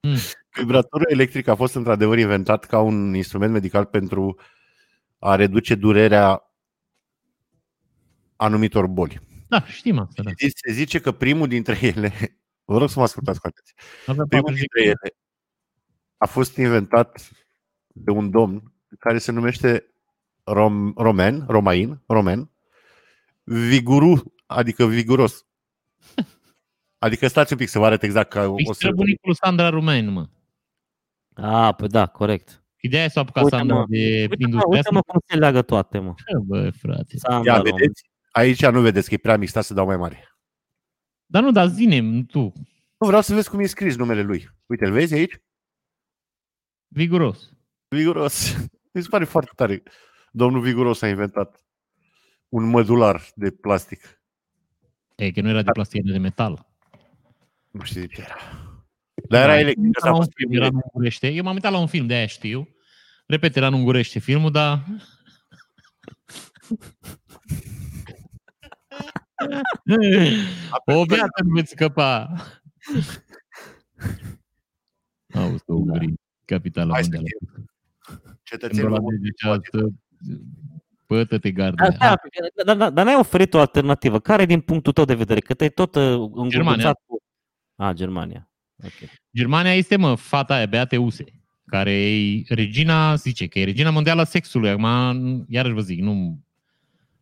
S3: Mm.
S1: Vibratorul electric a fost într-adevăr inventat ca un instrument medical pentru a reduce durerea anumitor boli.
S3: Da, știm asta, da.
S1: Și Se zice că primul dintre ele, vă rog să mă ascultați cu atenție,
S3: Avea
S1: primul
S3: 40
S1: dintre ele a fost inventat de un domn care se numește Rom, Roman, Romain, Roman, Viguru, adică viguros. Adică stați un pic să vă arăt exact ca o
S3: Fix
S1: să...
S3: Păi, bunicul Sandra Rumen, mă.
S2: A, păi da, corect.
S3: Ideea e să apucat
S2: Uite,
S3: Sandra
S2: mă.
S3: de
S2: Uite, mă,
S3: industria
S2: uite mă
S3: asta.
S2: cum se leagă toate, mă.
S3: Bă, frate.
S2: Sandra,
S1: Ia,
S2: mă.
S1: vedeți? Aici nu vedeți că e prea mixtat să dau mai mare.
S3: Dar nu, dar zine tu,
S1: Nu vreau să vezi cum e scris numele lui. Uite, îl vezi aici?
S3: viguros.
S1: Viguros. Mi se pare foarte tare. Domnul Viguros a inventat un mădular de plastic.
S3: E, că nu
S1: Da.
S3: era de plastic, era de metal.
S1: Nu știu de ce era. Dar era electric. Asta
S3: Da, Era,
S1: a
S3: un
S1: fost
S3: film,
S1: primul.
S3: era în ungurește. Eu m-am uitat la un film, de-aia știu. Repet, era în ungurește filmul, dar... o viață nu veți scăpa. Auzi, că Ungarii, capitala
S1: Da. Hai să
S3: mondială.
S1: Cetățenii
S3: Când
S1: la
S3: vorba de
S1: poate.
S3: cealaltă, pătă-te
S2: Da,
S3: gardă.
S2: da, dar- dar, dar, dar n-ai oferit o alternativă. Care e din punctul tău de vedere? Că te-ai tot uh, îngurguțat cu... A, Germania. Okay.
S3: Germania este, mă, fata aia, Beate Use, care e regina, zice că e regina mondială a sexului. Acum, iarăși vă zic, nu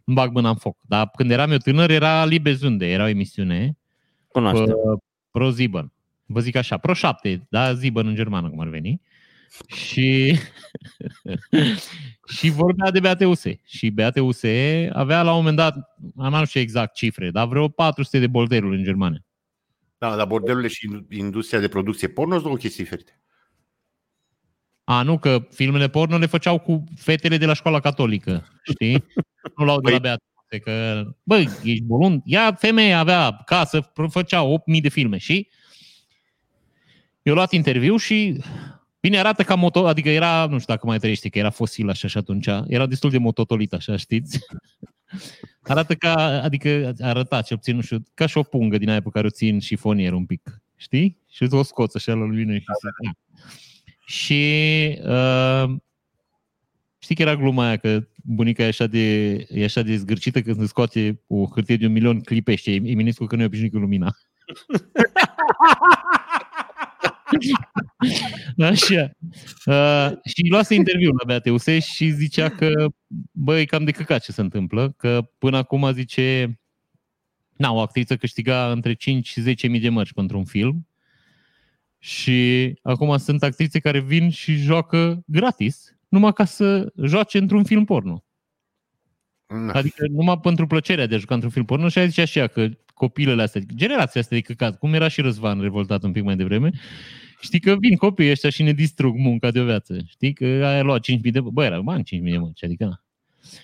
S3: nu bag mâna în foc. Dar când eram eu tânăr, era Libezunde, era o emisiune
S2: Cunoaște.
S3: pe Pro Zibon. Vă zic așa, Pro 7, da, Zibon în germană, cum ar veni. Și, și vorbea de Beate Use. Și Beate Use avea la un moment dat, am nu știu exact cifre, dar vreo 400 de bolderuri în Germania.
S1: Da, dar bordelurile și industria de producție porno sunt două chestii diferite.
S3: A, nu, că filmele porno le făceau cu fetele de la școala catolică, știi? Nu l-au de la
S1: Păi-
S3: Beatrice, că, bă, ești bolund. Ea, femeia avea casă, fă- făcea 8.000 de filme și eu luat interviu și Bine, arată ca moto, adică era, nu știu dacă mai trăiește, că era fosil așa și atunci, era destul de mototolit așa, știți? Arată ca, adică arăta cel puțin, nu știu, ca și o pungă din aia pe care o țin și fonier un pic, știi? Și o scoți așa la lumină și se... Da. Și uh, știi că era gluma aia că bunica e așa de, e așa de zgârcită când se scoate o hârtie de un milion clipe și e- Eminescu că nu e obișnuit cu lumina. Așa. Uh, și îi luase interviul la Beate Use și zicea că, bă, e cam de căcat ce se întâmplă, că până acum zice, na, o actriță câștiga între 5 și 10.000 de mărci pentru un film și acum sunt actrițe care vin și joacă gratis, numai ca să joace într-un film porno.
S1: Na.
S3: Adică numai pentru plăcerea de a juca într-un film porno și a zis așa că copilele astea, generația asta de căcat, cum era și Răzvan revoltat un pic mai devreme, știi că vin copiii ăștia și ne distrug munca de o viață. Știi că ai luat 5.000 de... Bă, era bani 5.000 de mânci, adică na.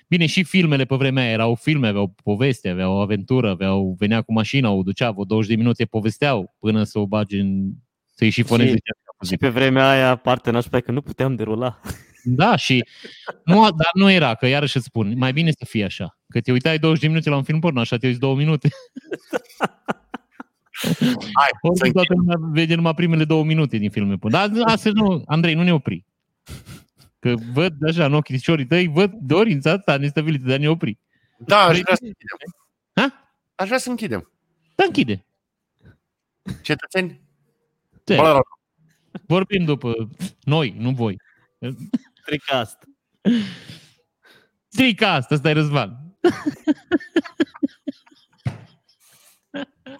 S3: Bine, și filmele pe vremea aia erau filme, aveau poveste, aveau aventură, aveau, venea cu mașina, o ducea, vreo 20 de minute povesteau până să o bagi în... să-i și fonezi.
S2: Și- Și pe vremea aia, partea nașpa e că nu puteam derula.
S3: Da, și nu, dar nu era, că iarăși îți spun, mai bine să fie așa. Că te uitai 20 de minute la un film porno, așa te uiți 2 minute.
S1: Hai, să
S3: Oricum
S1: închid.
S3: toată lumea vede numai primele două minute din filme porno. Dar astăzi nu, Andrei, nu ne opri. Că văd așa în ochii ciorii tăi, văd dorința ta nestabilită, dar ne opri.
S1: Da, aș vrea să închidem.
S3: Ha?
S1: Aș vrea să închidem.
S3: Dar închide.
S1: Cetățeni,
S3: Te,
S1: bă,
S3: vorbim după noi, nu voi.
S2: Tricast.
S3: Strica asta, ăsta e Răzvan.